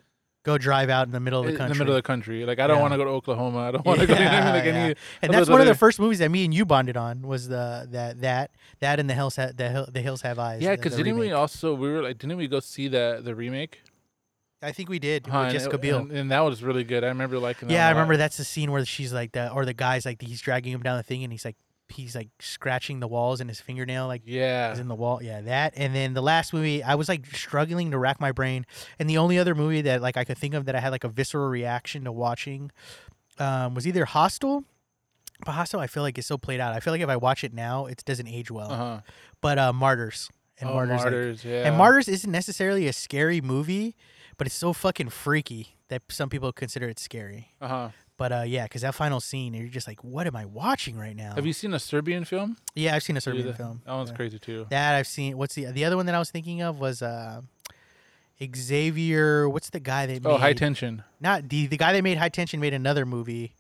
Go drive out in the middle of the
in
country.
the middle of the country. Like I don't
Yeah.
want to go to Oklahoma. I don't want to go. [LAUGHS] You know, what I mean? like
Yeah,
any
yeah. and
of
that's
those
one of the
other-
first movies that me and you bonded on was the that that that and the hills ha- the, Hill- the hills have eyes.
Yeah,
the-
because
the
didn't we
remake.
also we were like didn't we go see the the remake?
I think we did
Huh,
with
and it-
Jessica Biel.
and, and that was really good. I remember liking. That
yeah, I
one a lot.
remember that's the scene where she's like the or the guy's like he's dragging him down the thing and he's like he's like scratching the walls and his fingernail like
Yeah,
is in the wall. Yeah, that. And then the last movie, I was like struggling to rack my brain. And the only other movie that like I could think of that I had like a visceral reaction to watching um, was either Hostel. But Hostel, I feel like is so played out. I feel like if I watch it now, it doesn't age well.
uh huh.
But uh, Martyrs and
oh,
Martyrs,
martyrs,
like-
yeah.
and Martyrs isn't necessarily a scary movie, but it's so fucking freaky that some people consider it scary.
Uh huh.
But uh, yeah, because that final scene, you're just like, what am I watching right now?
Have you seen a Serbian film?
yeah, I've seen a
Dude,
Serbian
that-
film.
That one's
Yeah.
crazy too.
That I've seen. What's the the other one that I was thinking of was uh, Xavier. What's the guy that
Oh,
made
High Tension.
not the the guy that made High Tension made another movie,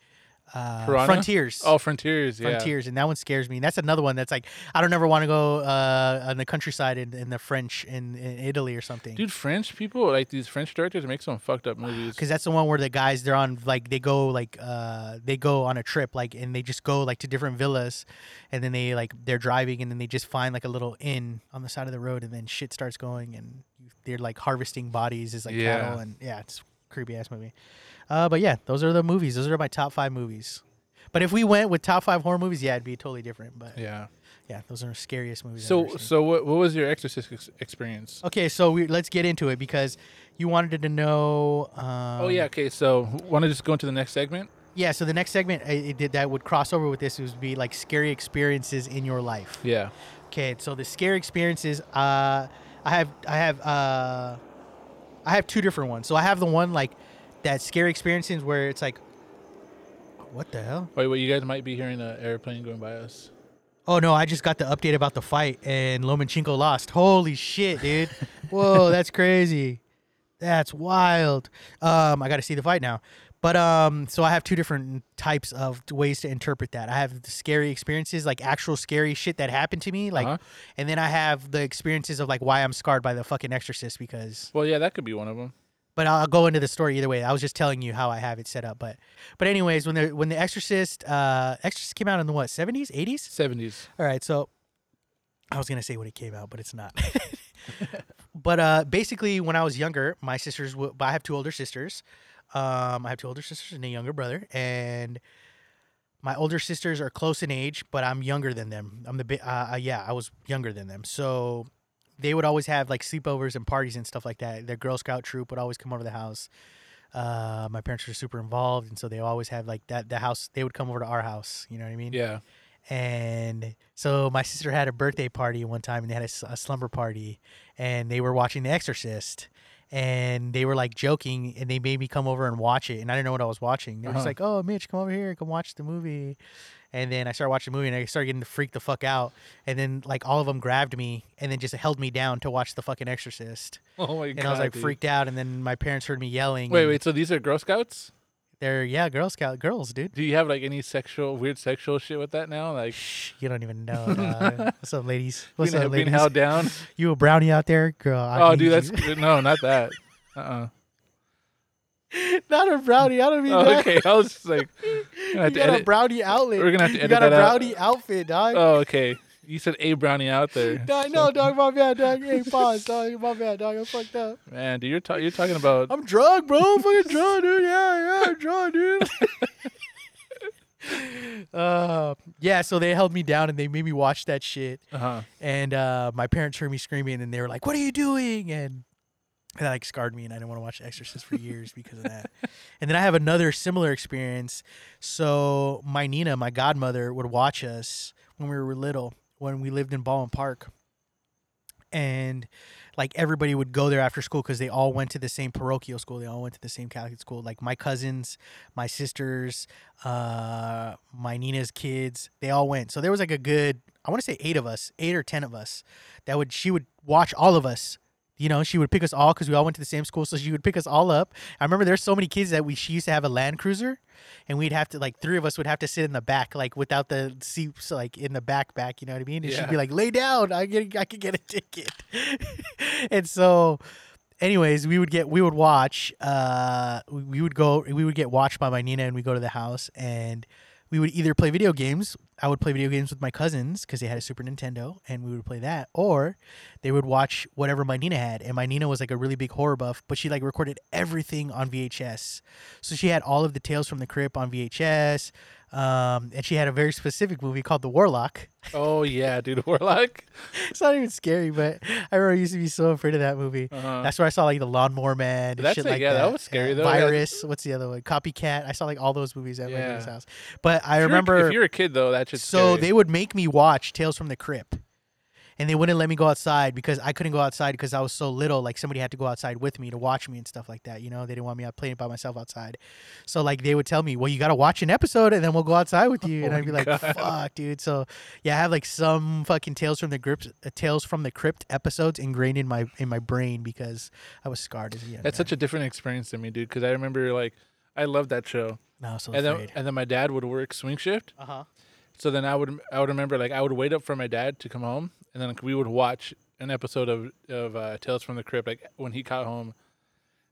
uh,
Piranha?
Frontiers.
Oh, Frontiers. Yeah.
Frontiers, and that one scares me. And that's another one that's like I don't ever want to go uh, on the countryside in, in the French in, in Italy or something.
Dude, French people like these French directors make some fucked
[SIGHS]
up movies.
Because that's the one where the guys they're on like they go like uh they go on a trip like and they just go like to different villas, and then they like they're driving and then they just find like a little inn on the side of the road and then shit starts going and they're like harvesting bodies as like
Yeah.
cattle and yeah it's creepy ass movie, uh but yeah those are the movies those are my top five movies, but if we went with top five horror movies yeah it'd be totally different but yeah,
Yeah.
those are the scariest movies. I've
So
ever seen.
so what what was your Exorcist ex- experience?
okay so we let's get into it because you wanted to know. Um,
oh yeah. Okay. So want to just go into the next segment?
Yeah, so the next segment I, it did, that would cross over with this would be like scary experiences in your life.
Yeah.
Okay, so the scary experiences, uh, I have, I have, uh, I have two different ones. So I have the one like that scary experiences where it's like, what the hell?
Wait, wait. You guys might be hearing an airplane going by us.
Oh no, I just got the update about the fight and Lomachenko lost. Holy shit, dude! Whoa, that's crazy. That's wild. Um, I got to see the fight now. But um, so I have two different types of ways to interpret that. I have the scary experiences, like actual scary shit that happened to me, like,
Uh-huh.
and then I have the experiences of like why I'm scarred by the fucking Exorcist because
Well, yeah, that could be one of them.
but I'll go into the story either way. I was just telling you how I have it set up, but but anyways, when the when the Exorcist uh Exorcist came out in the what seventies, eighties?
Seventies.
All right, so I was gonna say when it came out, but it's not. [LAUGHS] but uh, basically, when I was younger, my sisters. W- I have two older sisters. Um, I have two older sisters and a younger brother, and my older sisters are close in age, but I'm younger than them. I'm the bi- uh, uh, yeah, I was younger than them, so they would always have like sleepovers and parties and stuff like that. Their Girl Scout troop would always come over to the house. Uh, my parents were super involved, and so they always have like that. The house they would come over to our house. You know what I mean?
Yeah.
and so my sister had a birthday party one time and they had a, s- a slumber party and they were watching the exorcist and they were like joking and they made me come over and watch it and i didn't know what i was watching they were just
Uh-huh.
like oh mitch come over here come watch the movie and then i started watching the movie and i started getting to freak the fuck out and then like all of them grabbed me and then just held me down to watch the fucking exorcist
[LAUGHS] Oh my god.
and i was like
dude.
freaked out and then my parents heard me yelling
Wait,
and
wait. So these are Girl Scouts?
They're yeah, Girl Scout girls, dude.
Do you have like any sexual weird sexual shit with that now? Like
Shh, you don't even
[LAUGHS]
know. dog. What's up, ladies? What's
being,
up,
being
ladies?
held down?
You a brownie out there, girl? [LAUGHS] I
oh,
need
dude, that's
you.
no, not that. Uh
[LAUGHS]
uh [LAUGHS]
not a brownie. I don't mean
Oh,
that.
okay, I was just
[LAUGHS]
like,
You
have to
got a
edit-
brownie outlet.
we're gonna have to
you
edit
got a
that out.
brownie outfit, dog.
oh, okay. You said a brownie out there,
[LAUGHS] Dog, no, dog, my bad, dog.
[LAUGHS]
Hey, pause, dog. My bad, dog. I'm fucked up.
man. Dude, you're ta- you're
[LAUGHS]
talking about
I'm drunk, bro. I'm fucking drunk, dude. Yeah, yeah, I'm drunk,
[LAUGHS]
dude. [LAUGHS] uh, yeah, so they held me down and they made me watch that shit.
uh-huh.
And uh, my parents heard me screaming and they were like, What are you doing? And and that like scarred me and I didn't want to watch The Exorcist for years because of that. And then I have another similar experience. So my Nina, my godmother, would watch us when we were little, when we lived in Baldwin Park. And like everybody would go there after school because they all went to the same parochial school. They all went to the same Catholic school. Like my cousins, my sisters, uh, my Nina's kids, they all went. So there was like a good, I want to say eight of us, eight or ten of us, that would she would watch all of us. You know, she would pick us all because we all went to the same school. So she would pick us all up. I remember there's so many kids that we she used to have a Land Cruiser, and we'd have to like three of us would have to sit in the back, like without the seats, like in the back back. You know what I mean? And she'd
Yeah.
be like, "Lay down, I get I could get a ticket." [LAUGHS] and so anyways, we would get we would watch. Uh, we- we would go. We would get watched by my Nina, and we go to the house, and we would either play video games. I would play video games with my cousins because they had a Super Nintendo, and we would play that, or they would watch whatever my Nina had. And my Nina was like a really big horror buff, but she like recorded everything on VHS. So she had all of the Tales from the Crypt on VHS, um, and she had a very specific movie called The Warlock. [LAUGHS]
Oh yeah, dude, [LAUGHS] Warlock.
it's not even scary, but I remember I used to be so afraid of that movie.
Uh-huh.
That's where I saw like the Lawnmower Man. And
That's
shit
it,
like
yeah,
that.
that was scary,
Yeah,
though. Yeah.
Virus. What's the other one? Copycat. I saw like all those movies at my nana's
Yeah.
house. But I
If you're a-
remember.
if you're a kid though, that should.
so
scary.
they would make me watch Tales from the Crypt, and they wouldn't let me go outside because I couldn't go outside because I was so little. Like somebody had to go outside with me to watch me and stuff like that. You know, they didn't want me out playing by myself outside. So like they would tell me, "Well, you got to watch an episode, and then we'll go outside with you." and
[LAUGHS] Oh
I'd be
my
like,
God.
"Fuck, dude." So yeah, I have like some fucking Tales from the Crypt, uh, Tales from the Crypt episodes ingrained in my in my brain because I was scarred as a young.
That's
man.
such a different experience than me, dude. Because I remember like I loved that show,
No, I was so
and then Uh-huh.
afraid.
and then my dad would work swing shift,
Uh huh.
so then I would I would remember like I would wait up for my dad to come home, and then like, we would watch an episode of of uh, Tales from the Crypt like when he caught home.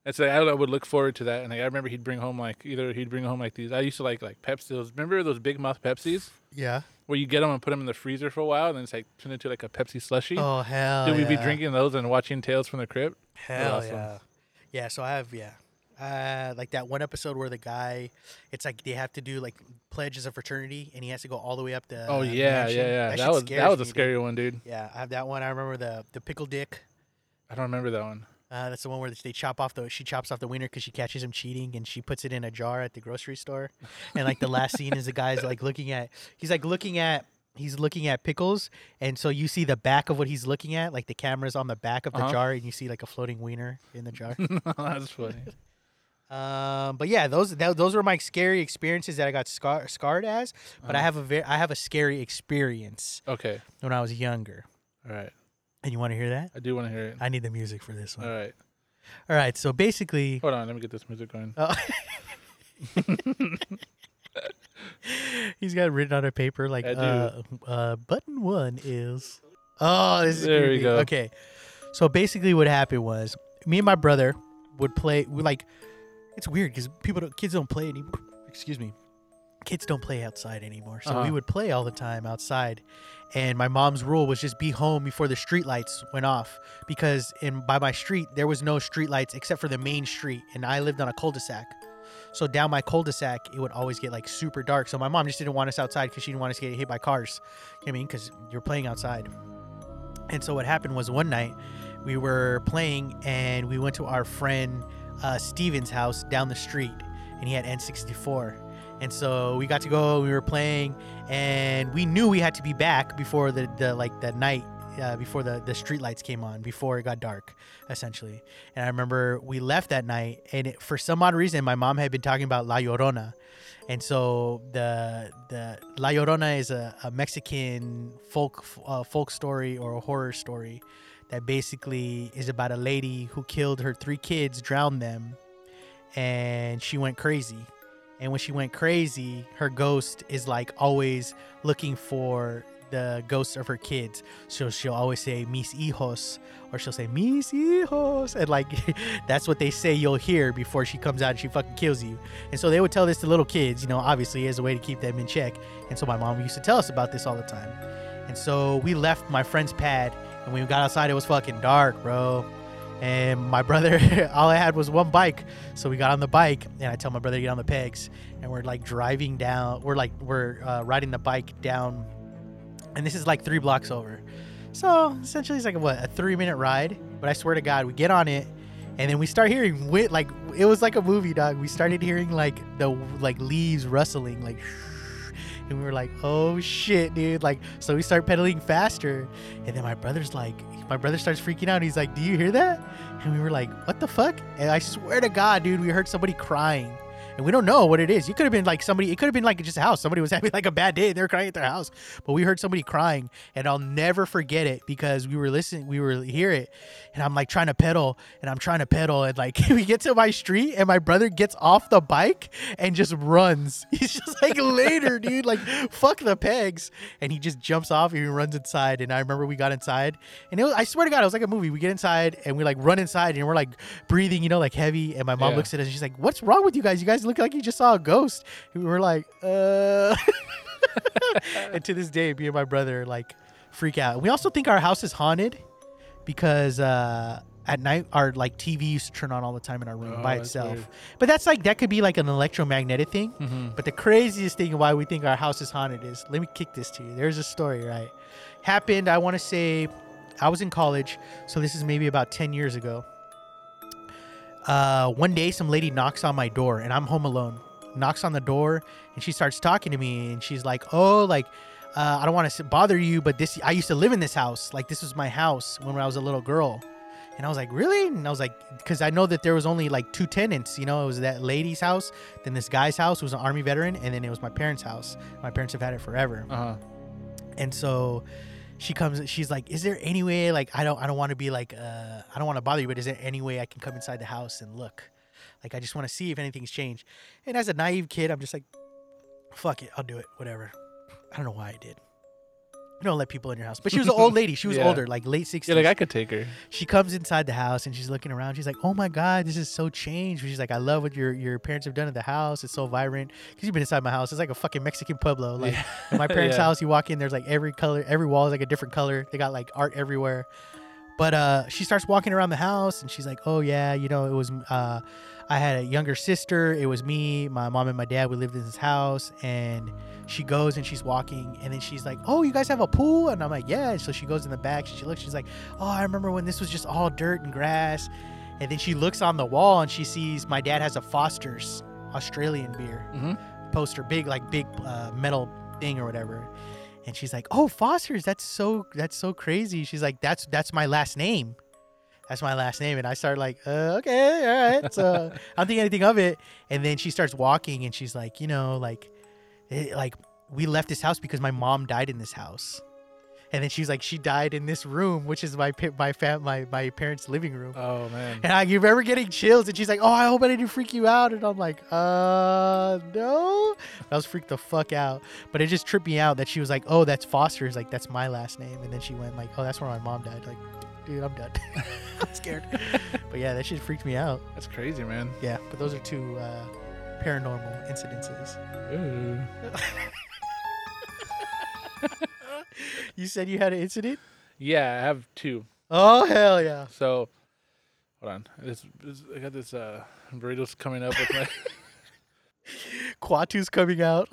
And so like, I would look forward to that, and like I remember he'd bring home like either he'd bring home like these. I used to like like Pepsis. Remember those big mouth Pepsis
Yeah.
where you get them and put them in the freezer for a while, and then it's like turned into like a Pepsi slushy.
Oh hell.
Dude, we'd be
yeah.
drinking those and watching Tales from the Crypt.
Hell
awesome.
yeah. Yeah, so I have yeah. Uh, like that one episode where the guy, it's like they have to do like pledge as a fraternity, and he has to go all the way up the.
Oh
uh,
yeah, yeah,
mansion.
yeah. That,
shit
was
scares
that was
me,
a
dude.
scary one, dude.
Yeah, I have that one. I remember the the pickle dick.
I don't remember that one. [LAUGHS]
Uh, that's the one where they chop off the she chops off the wiener because she catches him cheating and she puts it in a jar at the grocery store, and like the last scene is the guy's like looking at he's like looking at he's looking at pickles and so you see the back of what he's looking at like the camera's on the back of the
Uh-huh.
jar and you see like a floating wiener in the jar.
That's funny.
Um, but yeah, those tho- those were my scary experiences that I got scar- scarred as. But
Uh-huh.
I have a very I have a scary experience
Okay,
when I was younger,
all right.
and you want to hear that?
I do want to hear it.
I need the music for this one.
All right,
All right, so basically,
hold on. Let me get this music going.
oh. he's got it written on a paper like
I do.
uh, uh, button one is. Oh, this is
There you
creepy.
go.
Okay, so basically, what happened was me and my brother would play. We like, it's weird because people don't, kids don't play any. Excuse me. kids don't play outside anymore. So we
Uh-huh.
would play all the time outside. And my mom's rule was just be home before the streetlights went off because in by my street there was no streetlights except for the main street and I lived on a cul-de-sac. So down my cul-de-sac it would always get like super dark. So my mom just didn't want us outside cuz she didn't want us to get hit by cars. You know what I mean cuz you're playing outside. And so what happened was one night we were playing and we went to our friend uh, Steven's house down the street and he had N64. And so we got to go, we were playing and we knew we had to be back before the, the like the night uh, before the, the street lights came on before it got dark essentially and i remember we left that night and it, for some odd reason my mom had been talking about la llorona and so the the la llorona is a, a mexican folk uh, folk story or a horror story that basically is about a lady who killed her three kids drowned them and she went crazy And when she went crazy, her ghost is like always looking for the ghosts of her kids. So she'll always say mis hijos, or she'll say mis hijos, and like [LAUGHS] that's what they say you'll hear before she comes out and she fucking kills you. And so they would tell this to little kids, you know, obviously as a way to keep them in check. And so my mom used to tell us about this all the time. And so we left my friend's pad, and when we got outside, it was fucking dark, bro. And my [LAUGHS] brother, all I had was one bike. So we got on the bike, and I tell my brother to get on the pegs. And we're like driving down, we're like, we're uh, riding the bike down. And this is like three blocks over. So essentially, it's like what, a three minute ride. But I swear to God, we get on it. And then we start hearing wit like it was like a movie, dog. We started hearing like the like leaves rustling, like [LAUGHS] and we were like, "Oh shit, dude!" Like, so we start pedaling faster, and then my brother's like, my brother starts freaking out. He's like, "Do you hear that?" And we were like, "What the fuck?" And I swear to God, dude, we heard somebody crying, and we don't know what it is. It could have been like somebody. It could have been like just a house. Somebody was [LAUGHS] having like a bad day, and they were crying at their house. But we heard somebody crying, and I'll never forget it because we were listening, we were hear it, and I'm like trying to pedal, and I'm trying to pedal, and like [LAUGHS] we get to my street, and my brother gets off the bike and just runs. [LAUGHS] He's just like later, dude, like fuck the pegs, and he just jumps off and he runs inside. And I remember we got inside, and it was, I swear to God, it was like a movie. We get inside and we like run inside, and we're like breathing, you know, like heavy. And my mom
Yeah.
looks at us, and she's like, "What's wrong with you guys? You guys look like you just saw a ghost." And we were like, "Uh." [LAUGHS] and to this day, me and my brother like freak out. We also think our house is haunted because uh, at night our like TV used to turn on all the time in our room
Oh,
by
that's
itself.
weird. Mm-hmm.
But that's like that could be like an electromagnetic thing. But the craziest thing why we think our house is haunted is let me kick this to you. There's a story right happened. I want to say I was in college, so this is maybe about ten years ago. Uh, one day, some lady knocks on my door, and I'm home alone. Knocks on the door, and she starts talking to me, and she's like, "Oh, like, uh, I don't want to bother you, but this I used to live in this house. Like, this was my house when I was a little girl." And I was like, "Really?" And I was like, "Cause I know that there was only like two tenants. You know, it was that lady's house, then this guy's house who was an army veteran, and then it was my parents' house. My parents have had it forever."
Uh huh.
and so she comes she's like is there any way like i don't i don't want to be like uh i don't want to bother you but is there any way i can come inside the house and look like i just want to see if anything's changed and as a naive kid i'm just like fuck it i'll do it whatever i don't know why i did you don't let people in your house but she was an old lady she was
[LAUGHS] Yeah.
older like late 60s
Yeah, like I could take her.
she comes inside the house and she's looking around. She's like, "Oh my god, this is so changed." She's like, "I love what your your parents have done at the house. It's so vibrant." Because you've been inside my house, it's like a fucking Mexican pueblo. Like
Yeah.
in
[LAUGHS]
my parents'
Yeah.
house, you walk in, there's like every color, every wall is like a different color. They got like art everywhere. But uh, she starts walking around the house and she's like, "Oh yeah, you know, it was uh, I had a younger sister. It was me, my mom and my dad. We lived in this house and." She goes and she's walking, and then she's like, "Oh, you guys have a pool?" And I'm like, "Yeah." So she goes in the back. She looks. She's like, "Oh, I remember when this was just all dirt and grass." And then she looks on the wall and she sees my dad has a Foster's Australian beer
Mhm.
poster, big like big uh, metal thing or whatever. And she's like, "Oh, Foster's. That's so that's so crazy." She's like, "That's that's my last name." That's my last name, and I start like, uh, okay, all right. So I don't think anything of it. And then she starts walking, and she's like, you know, like it, like we left this house because my mom died in this house and then she's like she died in this room which is my pa- my fam my, my parents living room
Oh man.
and I remember getting chills, and she's like, "Oh, I hope I didn't freak you out." And I'm like, "Uh, no." I was freaked the fuck out, but it just tripped me out that she was like, "Oh, that's Foster's. Like, that's my last name." And then she went like, "Oh, that's where my mom died." Like, dude, I'm done. [LAUGHS] I'm
[LAUGHS]
scared. but yeah, that shit freaked me out.
That's crazy, man.
Yeah, but those are two uh, paranormal incidences.
Ooh.
You said you had an incident?
Yeah, I have two.
Oh hell yeah!
So, hold on. This, this I got this uh, burritos coming up
[LAUGHS]
with my.
Quatu's coming out.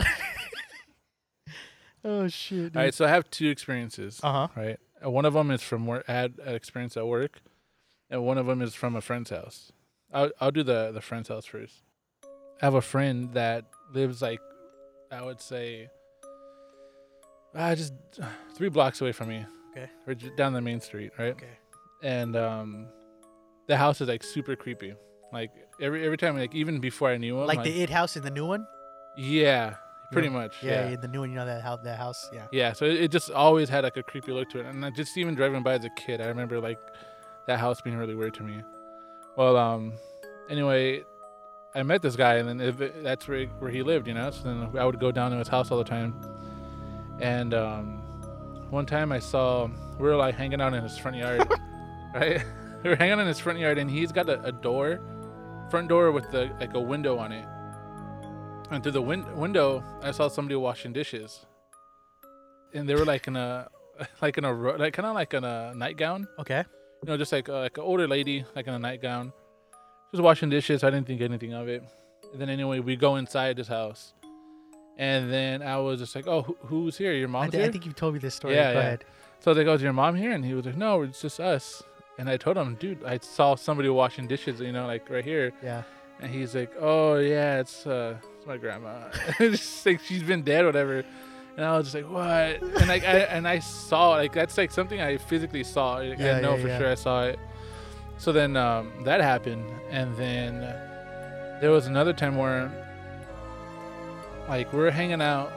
[LAUGHS] oh shit!
All right, so I have two experiences.
Uh huh.
Right, Uh, one of them is from work. I had an experience at work, and one of them is from a friend's house. I'll I'll do the the friend's house first. I have a friend that lives like, I would say, uh, just three blocks away from me.
Okay.
Or ju- down the main street, right?
Okay.
And um, the house is like super creepy. Like every every time, like even before I knew him,
Like the It House in the new one.
yeah, pretty
Yeah.
much.
Yeah, yeah, the new one, you know that house, that house, yeah.
Yeah, so it it just always had like a creepy look to it, and I just even driving by as a kid, I remember like that house being really weird to me. Well, um, anyway, I met this guy, and then if it- that's where, where he lived, you know. So then I would go down to his house all the time. And um, one time I saw we were like hanging out in his front yard, right? [LAUGHS] We were hanging out in his front yard, and he's got a, a door, front door with the, like a window on it. And through the win- window, I saw somebody washing dishes, and they were like in a [LAUGHS] like in a ro- like kind of like in a nightgown
Okay.
you know, just like uh, like an older lady, like in a nightgown, just washing dishes. I didn't think anything of it. And then anyway, we go inside this house, and then I was just like, "Oh, who, who's here? Your
I,
mom's
thi- I
here."
think you've told me this story.
Yeah,
Go
yeah.
ahead.
so I was like, "Oh, is your mom here?" And he was like, "No, it's just us." And I told him, "Dude, I saw somebody washing dishes, you know, like right here."
Yeah.
And he's like, "Oh yeah, it's uh, it's my grandma. [LAUGHS] just like she's been dead, or whatever." And I was just like, "What?" And like, I and I saw like that's like something I physically saw. Like,
Yeah,
I know
yeah,
for
yeah.
sure I saw it. So then um, that happened, and then there was another time where like we we're hanging out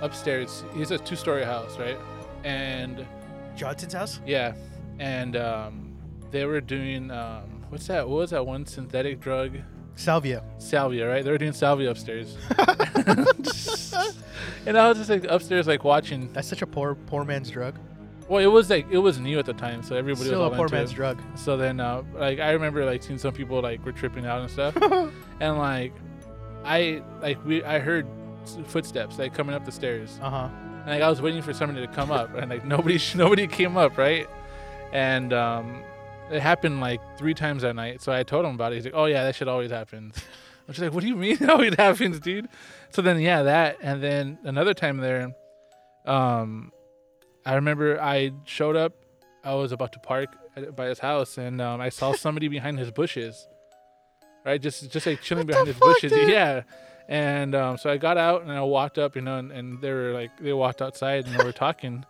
upstairs. It's a two-story house, right? And
Johnson's house.
yeah, and um, they were doing um, what's that? What was that one synthetic drug?
Salvia.
salvia, right? They were doing salvia
[LAUGHS]
upstairs. [LAUGHS] and I was just like upstairs, like watching.
That's such a poor poor man's drug.
Well, it was like it was new at the time, so everybody
Still
was
a
all
poor
into
man's
it.
drug.
So then, uh, like I remember like seeing some people like were tripping out
[LAUGHS]
and stuff, and like I like we I heard s- footsteps like coming up the stairs,
Uh huh.
and like I was waiting for somebody to come up, and like nobody [LAUGHS] nobody came up, right? And um, it happened like three times that night. So I told him about it. He's like, "Oh yeah, that shit always happens." [LAUGHS] I'm just like, "What do you mean [LAUGHS] it always happens, dude?" So then yeah, that, and then another time there, um, I remember I showed up. I was about to park at- by his house, and um, I saw somebody behind his bushes, right? Just just like
What
chilling
the
behind his
fuck,
bushes,
dude?
yeah. And um, so I got out and I walked up, you know, and, and they were like they walked outside and they were talking.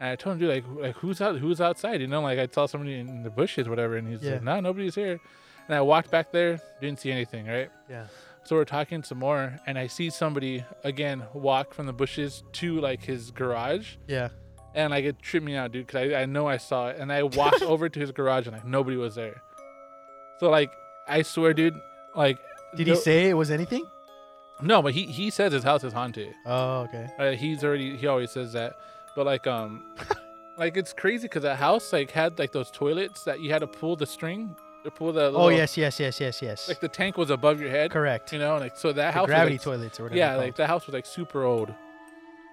And I told him, dude, like, like who's out, who's outside? You know, like I saw somebody in the bushes, whatever. And he's
Yeah.
like, no, nobody's here. And I walked back there, didn't see anything, right?
Yeah.
So we're talking some more, and I see somebody again walk from the bushes to like his garage,
Yeah.
and like it tripped me out, dude, because I, I know I saw it, and
[LAUGHS]
I walked over to his garage, and like nobody was there. So like, I swear, dude, like.
Did
no,
he say it was anything?
no? But he he says his house is haunted.
Oh, okay.
Uh, he's already he always says that, but
[LAUGHS]
like um, like it's crazy because that house like had like those toilets that you had to pull the string, to pull the.
Oh
little-
yes, yes, yes, yes, yes.
Like the tank was above your head.
Correct.
You know, like so that
The
house was,
gravity
like,
toilets or whatever.
yeah
they're
like
called.
the house was like super old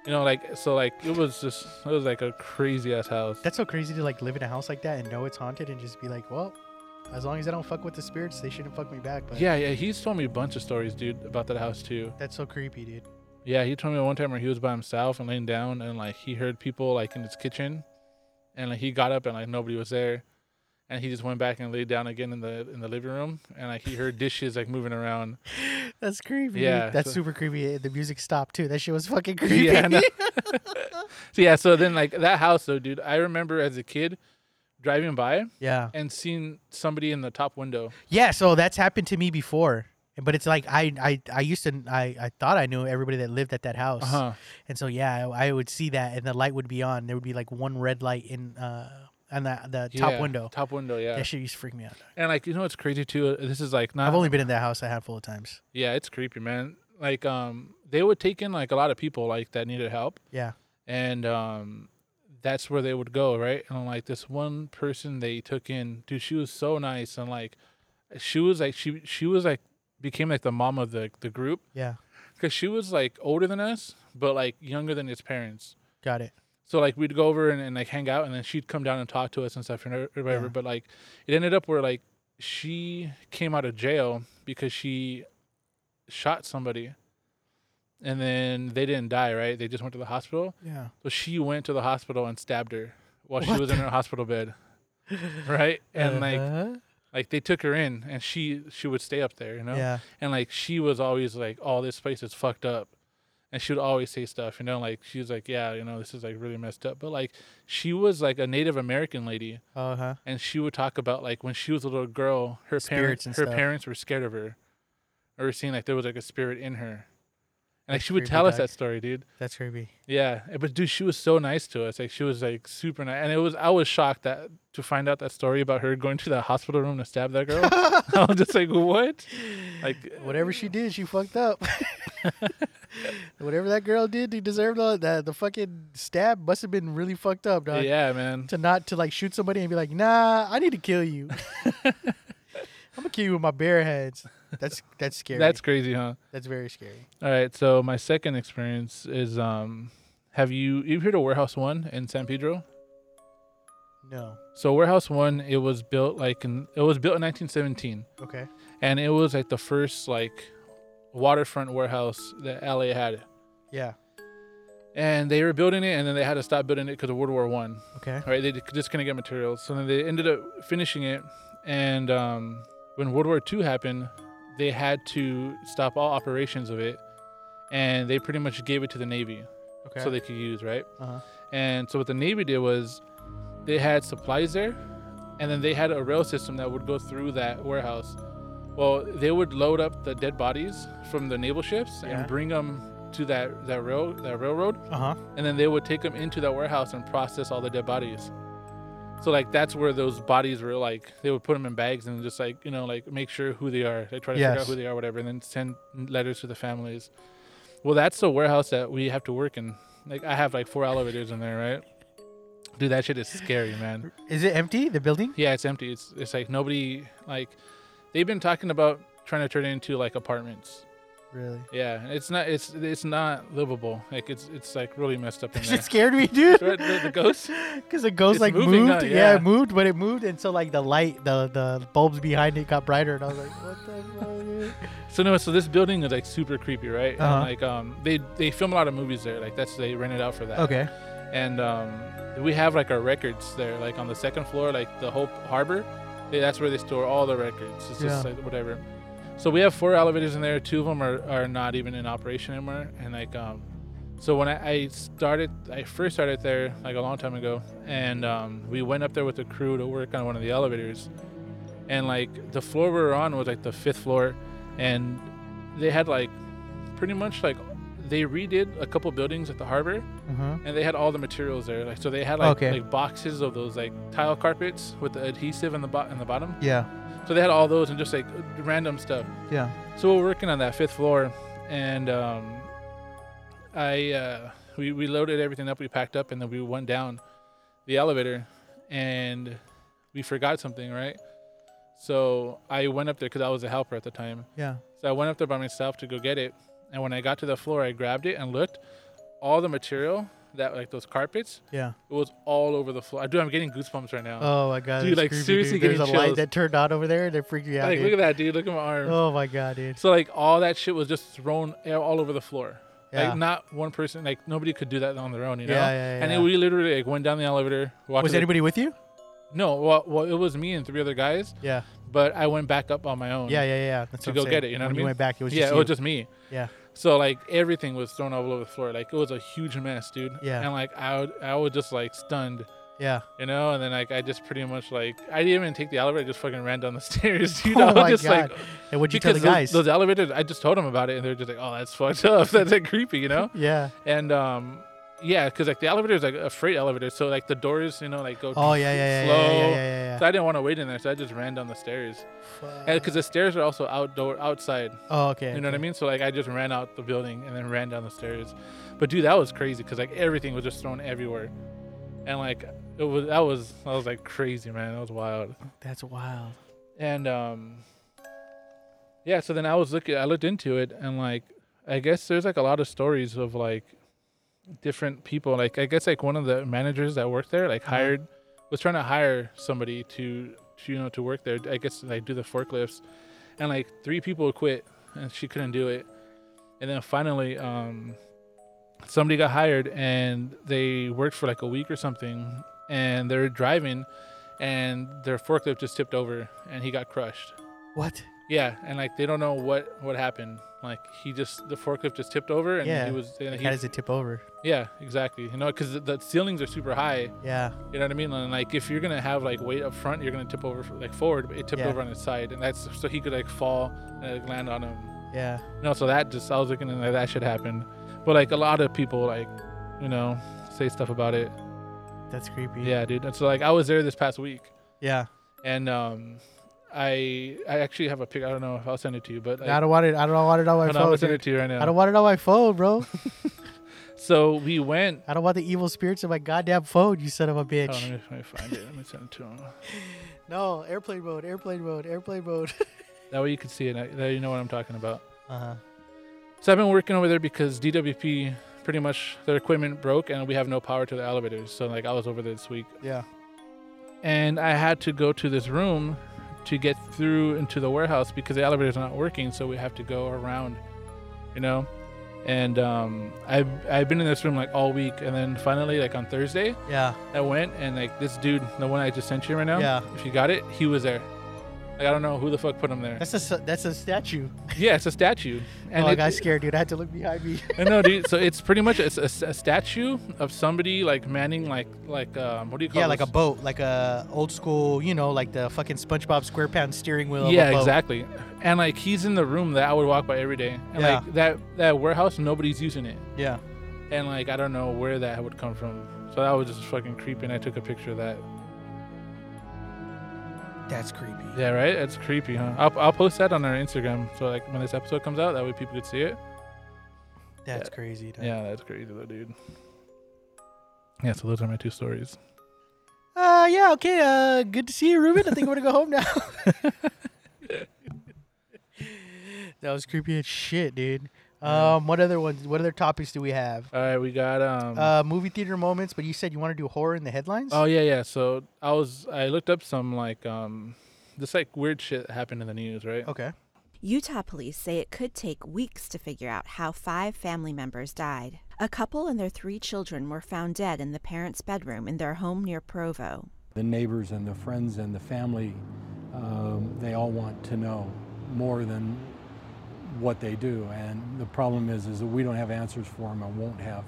you know like so like it was just it was like a crazy ass house
That's so crazy to like live in a house like that and know it's haunted and just be like, well, as long as I don't fuck with the spirits, they shouldn't fuck me back. But
yeah yeah he's told me a bunch of stories dude about that house too
That's so creepy, dude.
yeah he told me one time where he was by himself and laying down and like he heard people like in his kitchen and like he got up and like nobody was there and he just went back and laid down again in the in the living room and like he heard dishes like
[LAUGHS]
moving around [LAUGHS]
That's creepy.
Yeah,
That's
so-
super creepy. The music stopped too. That shit was fucking creepy.
[LAUGHS] Yeah, I know. [LAUGHS] so yeah so then like that house though dude i remember as a kid driving by
yeah.
and seeing somebody in the top window
Yeah, so that's happened to me before. But it's like I I, I used to I, I thought I knew everybody that lived at that house.
uh-huh
And so yeah, I, I would see that and the light would be on. There would be like one red light in uh on the the top
Yeah,
window.
top window yeah Uh-huh.
That shit used to freak me out.
And like you know what's crazy too? This is like not
I've only been in that house a handful of times.
yeah, it's creepy, man. Like um they would take in like a lot of people like that needed help
Yeah.
and um that's where they would go, right? And like this one person they took in, dude, she was so nice and like she was like she she was like became like the mom of the the group
Yeah.
cuz she was like older than us, but like younger than his parents.
Got it.
So like we'd go over and, and like hang out, and then she'd come down and talk to us and stuff and or whatever.
Yeah.
But like it ended up where like she came out of jail because she shot somebody, and then they didn't die, right? They just went to the hospital.
Yeah.
So she went to the hospital and stabbed her while she
What
was in her hospital bed, right? And like
Uh-huh.
like they took her in, and she she would stay up there, you know
Yeah.
and like she was always like, "Oh, this place is fucked up," and she would always say stuff, you know, like she was like, "Yeah, you know, this is like really messed up," but like she was like a Native American lady,
Uh huh.
and she would talk about like when she was a little girl, her
Spirits
parents,
and
her
stuff.
parents were scared of her, or were seeing like there was like a spirit in her, And like, she would
creepy,
tell us
dog.
that story, dude.
That's creepy.
Yeah, eh, but dude, she was so nice to us. Like she was like super nice, and it was I was shocked that to find out that story about her going to the hospital room to stab that girl. [LAUGHS] I was just like, what? Like
Whatever she did, she fucked
[LAUGHS]
up. [LAUGHS] Whatever that girl did, they deserved all that. The fucking stab must have been really fucked up, dog.
uh, Yeah, man.
To not to like shoot somebody and be like, nah, I need to kill you. [LAUGHS] I'm gonna kill you with my bare hands. That's that's scary.
That's crazy, huh?
that's very scary.
All right. So my second experience is um, have you you've heard of Warehouse One in San Pedro?
No.
So Warehouse One, it was built like in, it was built in 1917,
Okay.
and it was like the first like waterfront warehouse that LA had.
Yeah.
And they were building it, and then they had to stop building it because of World War One.
Okay.
right? They just couldn't get materials, so then they ended up finishing it. And um, when World War II happened, they had to stop all operations of it, and they pretty much gave it to the Navy
Okay.
so they could use, right?
uh-huh.
And so what the Navy did was they had supplies there, and then they had a rail system that would go through that warehouse. Well, they would load up the dead bodies from the naval ships
Yeah.
and bring them to that that rail that railroad
Uh-huh.
and then they would take them into that warehouse and process all the dead bodies. So like that's where those bodies were like they would put them in bags and just like you know like make sure who they are. They try to figure out
Yes.
who they are, whatever, and then send letters to the families. Well, that's the warehouse that we have to work in. Like I have like four elevators in there, right? Dude, that shit is scary, man.
Is it empty? The building?
Yeah, it's empty. It's it's like nobody like they've been talking about trying to turn it into like apartments.
Really?
Yeah, it's not it's it's not livable. Like it's it's like really messed up
[LAUGHS]
in
That
there.
shit scared me, dude.
Right, the- the
[LAUGHS]
ghost?
Because the ghost
It's
like
moving,
moved.
huh?
yeah. it
Yeah.
moved, but it moved, and so like the light, the the bulbs behind it got brighter, and I was like, what the fuck? dude?
So no, so this building is like super creepy, right? And,
Uh-huh.
like um, they they film a lot of movies there. Like that's they rent it out for that.
Okay.
And um, we have like our records there, like on the second floor, like the whole harbor. They, that's where they store all the records. It's just
Yeah.
like whatever. So we have four elevators in there. Two of them are, are not even in operation anymore. And like um, so when I, I started, I first started there like a long time ago, and um, we went up there with the crew to work on one of the elevators, and like the floor we were on was like the fifth floor, and they had like pretty much like they redid a couple buildings at the harbor
Uh-huh.
and they had all the materials there like so they had like,
Okay.
like boxes of those like tile carpets with the adhesive in the bo- in the bottom
Yeah.
so they had all those and just like random stuff
Yeah.
so we're working on that fifth floor and um i uh we, we loaded everything up we packed up and then we went down the elevator and we forgot something right so i went up there because i was a helper at the time
Yeah.
so I went up there by myself to go get it. And when I got to the floor, I grabbed it and looked. All the material that like those carpets,
Yeah.
it was all over the floor. Dude, I'm getting goosebumps right now.
Oh my god.
Dude,
it's
like,
creepy,
seriously
There's a
getting
light
chills.
that turned on over there, and it freaked you out.
like,
dude.
look at that, dude. Look at my arm.
Oh my god, dude.
So like all that shit was just thrown a- all over the floor.
Yeah.
Like not one person, like nobody could do that on their own, you know.
Yeah, yeah,
And
yeah.
then we literally like went down the elevator. Walked
was
to the- Oh,
anybody with you?
No, well, well, it was me and three other guys,
Yeah.
but I went back up on my own.
Yeah. Yeah. Yeah. That's what
To
I'm
go
saying.
get it, you know
when
what I
you
mean?
went back, it was
yeah,
just
it was
you.
just me.
yeah.
So like everything was thrown all over the floor. Like it was a huge mess, dude.
Yeah.
And like I would, I was just like stunned,
Yeah.
you know. And then like I just pretty much like I didn't even take the elevator. I just fucking ran down the [LAUGHS] stairs, you
Oh
know.
my
just
god.
like
and what'd you tell
because
the
those-
guys?
Those, elevators, I just told them about it, and they're just like, "Oh, that's fucked [LAUGHS] up. That's like creepy," you know.
yeah.
And um, yeah, because like the elevator is like a freight elevator, so like the doors, you know, like go. [LAUGHS]
Oh yeah. Yeah. Yeah.
slow.
Yeah. Yeah. Yeah.
So I didn't want to wait in there, so I just ran down the stairs,
yeah, yeah.
because the stairs are also outdoor, outside.
Oh okay.
You know what I mean? So like I just ran out the building and then ran down the stairs. But dude, that was crazy because like everything was just thrown everywhere, and like it was that was I was like crazy man. That was wild.
That's wild.
And um, yeah. So then I was looking. I looked into it and like I guess there's like a lot of stories of like different people. Like I guess like one of the managers that worked there like
Uh-huh.
hired was trying to hire somebody to, to you know to work there. I guess like do the forklifts, and like three people quit and she couldn't do it. And then finally, um, somebody got hired and they worked for like a week or something. And they're driving, and their forklift just tipped over, and he got crushed.
What?
Yeah, and like they don't know what what happened. Like he just the forklift just tipped over, and
Yeah.
he was and
Like,
he-
how does it tip over?
yeah exactly. You know, because the, the ceilings are super high.
Yeah.
You know what I mean? And like if you're gonna have like weight up front, you're gonna tip over like forward, but it tipped
Yeah.
over on its side, and that's so he could like fall and like, land on him.
Yeah.
You know, so that just I was looking and like, that shit happened, but like a lot of people like, you know, say stuff about it.
That's creepy.
Yeah, dude. And so like I was there this past week,
Yeah.
and um, I I actually have a pic. I don't know if I'll send it to you, but
I
like,
don't want it. I don't want it on my
hold on, I'm
phone.
gonna send
dude.
it to you right now.
I don't want it on my phone, bro.
so we went.
I don't want the evil spirits in my goddamn phone. You son of a
Hold on,
bitch.
let, me, let me find it. Let me send it to him.
No, airplane mode. Airplane mode. Airplane mode. [LAUGHS]
That way you can see it. That way you know what I'm talking about.
uh huh.
So I've been working over there because DWP pretty much their equipment broke and we have no power to the elevators. So like I was over there this week
Yeah.
and I had to go to this room to get through into the warehouse because the elevator's not working, so we have to go around, you know. And um, I've I've been in this room like all week, and then finally like on Thursday
Yeah.
I went and like this dude, the one I just sent you right now,
Yeah.
if you got it, he was there. Like I don't know who the fuck put
[LAUGHS]
him there.
That's a s- that's a statue.
yeah, it's a statue. And
oh, I
it-
got scared, dude. I had to look behind me.
[LAUGHS] I know, dude. So it's pretty much it's a, s- a statue of somebody like manning like like um, what do you
[LAUGHS]
call?
yeah, like a
those?
boat, like a old school, you know, like the fucking SpongeBob SquarePants steering wheel.
yeah,
of a boat.
exactly. And like he's in the room that I would walk by every day. And
Yeah.
like that that warehouse, nobody's using it.
Yeah.
And like I don't know where that would come from. So that was just fucking creepy. And I took a picture of that.
That's creepy.
Yeah, right. That's creepy, huh? I'll, I'll post that on our Instagram. So like when this episode comes out, that way people could see it.
That's crazy. Dude.
Yeah, that's crazy though, dude. Yeah. So those are my two stories.
Uh, yeah. Okay. Uh, good to see you, Ruben. I think I'm gonna go home now. [LAUGHS] that was creepy as shit, dude.
Yeah.
Um, what other ones? What other topics do we have?
All right, we got um.
Uh, movie theater moments, but you said you want to do horror in the headlines.
Oh yeah, yeah. So I was I looked up some like um this like weird shit that happened in the news, right?
okay.
Utah police say it could take weeks to figure out how five family members died. A couple and their three children were found dead in the parents' bedroom in their home near Provo.
the neighbors and the friends and the family, um, they all want to know more than what they do. And the problem is, is that we don't have answers for them and won't have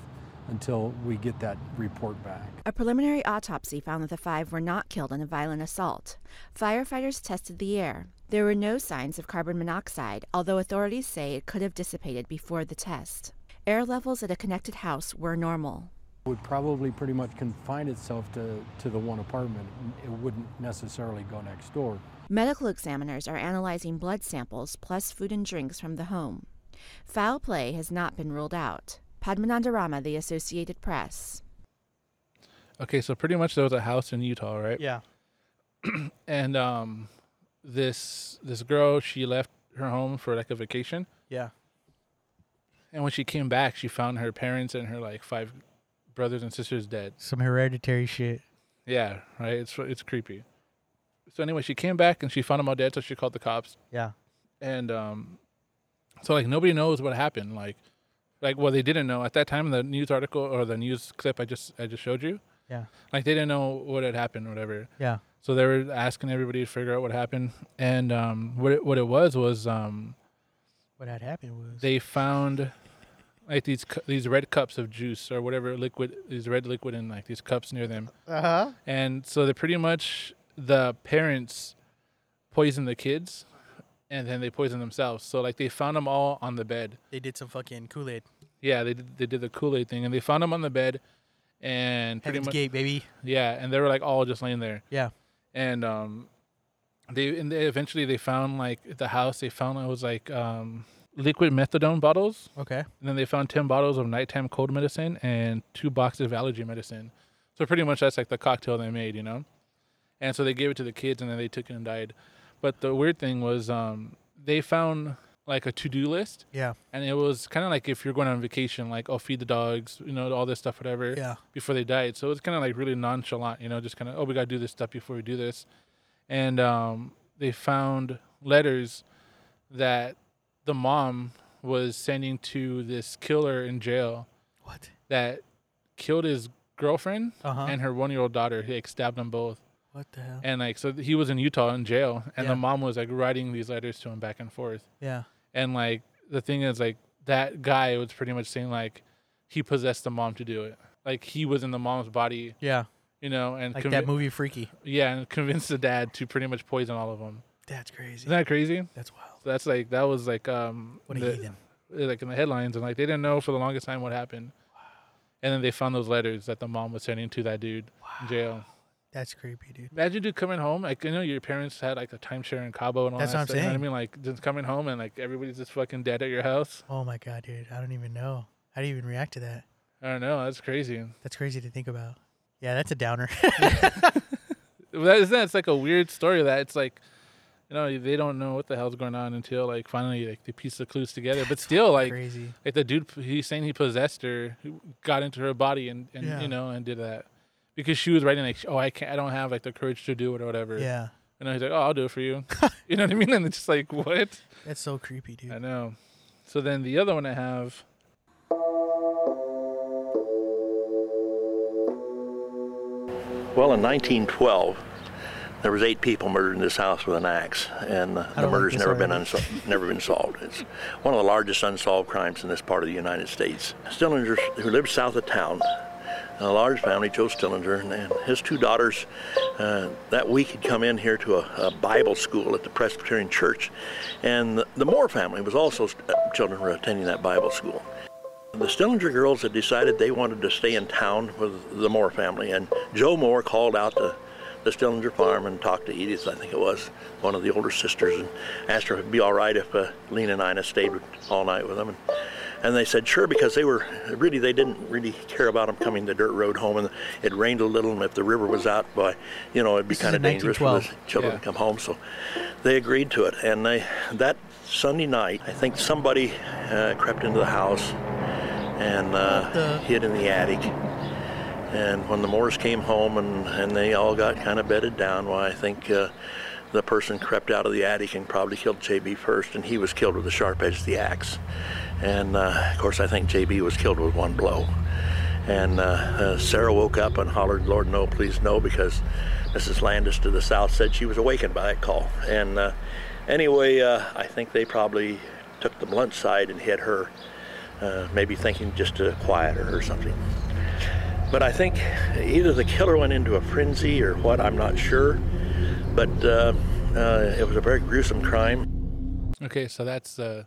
until we get that report back.
A preliminary autopsy found that the five were not killed in a violent assault. Firefighters tested the air. There were no signs of carbon monoxide, although authorities say it could have dissipated before the test. Air levels at a connected house were normal.
Would probably pretty much confine itself to, to the one apartment. It wouldn't necessarily go next door.
Medical examiners are analyzing blood samples plus food and drinks from the home. Foul play has not been ruled out. Padmanandarama, the Associated Press.
Okay, so pretty much there was a house in Utah, right?
Yeah.
And um this this girl, she left her home for like a vacation.
Yeah.
And when she came back, she found her parents and her like five brothers and sisters dead.
Some hereditary shit.
Yeah, right? It's it's creepy. So anyway, she came back and she found them all dead, so she called the cops.
Yeah.
and um, so like nobody knows what happened. Like, like well, they didn't know at that time. The news article or the news clip I just I just showed you,
Yeah.
like they didn't know what had happened, whatever.
Yeah.
So they were asking everybody to figure out what happened, and um, what it, what it was was um,
What had happened was.
they found like these cu- these red cups of juice or whatever liquid, these red liquid in like these cups near them,
Uh huh.
and so they pretty much the parents poisoned the kids. And then they poisoned themselves. So like they found them all on the bed,
They did some fucking Kool Aid.
Yeah, they did, they did the Kool Aid thing, and they found him on the bed, and pretty
Heaven's
much
Gate, baby.
yeah, and they were like all just laying there,
Yeah.
and um, they and they eventually they found like the house they found it was like um liquid methadone bottles,
Okay.
and then they found ten bottles of nighttime cold medicine and two boxes of allergy medicine, so pretty much that's like the cocktail they made, you know, and so they gave it to the kids, and then they took it and died, but the weird thing was um they found like a to do list
Yeah.
and it was kind of like if you're going on vacation, like oh feed the dogs, you know all this stuff, whatever.
Yeah.
Before they died, so it was kind of like really nonchalant, you know, just kind of oh we gotta do this stuff before we do this, and um, they found letters that the mom was sending to this killer in jail
What?
that killed his girlfriend
Uh huh.
and her one-year-old daughter. He like, stabbed them both,
What the hell?
and like so he was in Utah in jail, and
Yeah.
the mom was like writing these letters to him back and forth
Yeah.
and like the thing is like that guy was pretty much saying like he possessed the mom to do it like he was in the mom's body
Yeah.
you know and
Like
convi-
that movie Freaky.
yeah and convinced the dad to pretty much poison all of them
That's crazy.
Isn't that crazy?
That's wild.
So that's like that was like um
What a
the- eh,
heathen.
like in the headlines and like they didn't know for the longest time what happened. And then they found those letters that the mom was sending to that dude in jail.
That's creepy, dude.
Imagine dude coming home, like you know your parents had like a timeshare in Cabo and all
That's
that
what I'm
stuff. You know what I
saying.
mean? Like just coming home and like everybody's just fucking dead at your house.
Oh my god, dude. I don't even know. How do you even react to that?
I don't know, that's crazy.
That's crazy to think about. Yeah, that's a downer. [LAUGHS]
Well, That is that it's like a weird story that it's like you know, they don't know what the hell's going on until like finally like they piece the clues together. But still like
crazy.
Like the dude, he's saying he possessed her, who got into her body, and, and
Yeah.
you know, and did that because she was writing like, oh, I can't, I don't have like the courage to do it or whatever.
Yeah.
And he's like, oh, I'll do it
[LAUGHS]
for you. you know what I mean? And it's just like, what?
That's so creepy,
I
dude.
know. So then the other one I have.
Well, in 1912, there was eight people murdered in this house with an axe, and the,
don't
the
like
murder's
this
never been
already.
unsol- never been solved. It's one of the largest unsolved crimes in this part of the United States. Stillinger, who lived south of town, a large family, Joe Stillinger, and, and his two daughters, uh, that week had come in here to a, a Bible school at the Presbyterian Church, and the, the Moore family was also uh, children were attending that Bible school. The Stillinger girls had decided they wanted to stay in town with the Moore family, and Joe Moore called out to the Stillinger farm and talked to Edith, I think it was, one of the older sisters, and asked her if it'd be all right if uh, Lena and Ina stayed all night with them. And, and they said sure because they were really they didn't really care about them coming the dirt road home, and it rained a little, and if the river was out, by you know it'd be
This is
kind of
in
dangerous for the
1912.
children
Yeah.
to come home. So they agreed to it, and they that Sunday night, I think somebody uh, crept into the house and uh,
the-
hid in the attic. And when the Moors came home and, and they all got kind of bedded down, why I think uh, the person crept out of the attic and probably killed JB first, and he was killed with the sharp edge of the axe. And uh, of course, I think JB was killed with one blow. And uh, uh, Sarah woke up and hollered, Lord, no, please, no, because Mrs. Landis to the south said she was awakened by that call. And uh, anyway, uh, I think they probably took the blunt side and hit her, uh, maybe thinking just to quiet her or something. But I think either the killer went into a frenzy or what, I'm not sure. But uh, uh, it was a very gruesome crime.
Okay, so that's uh,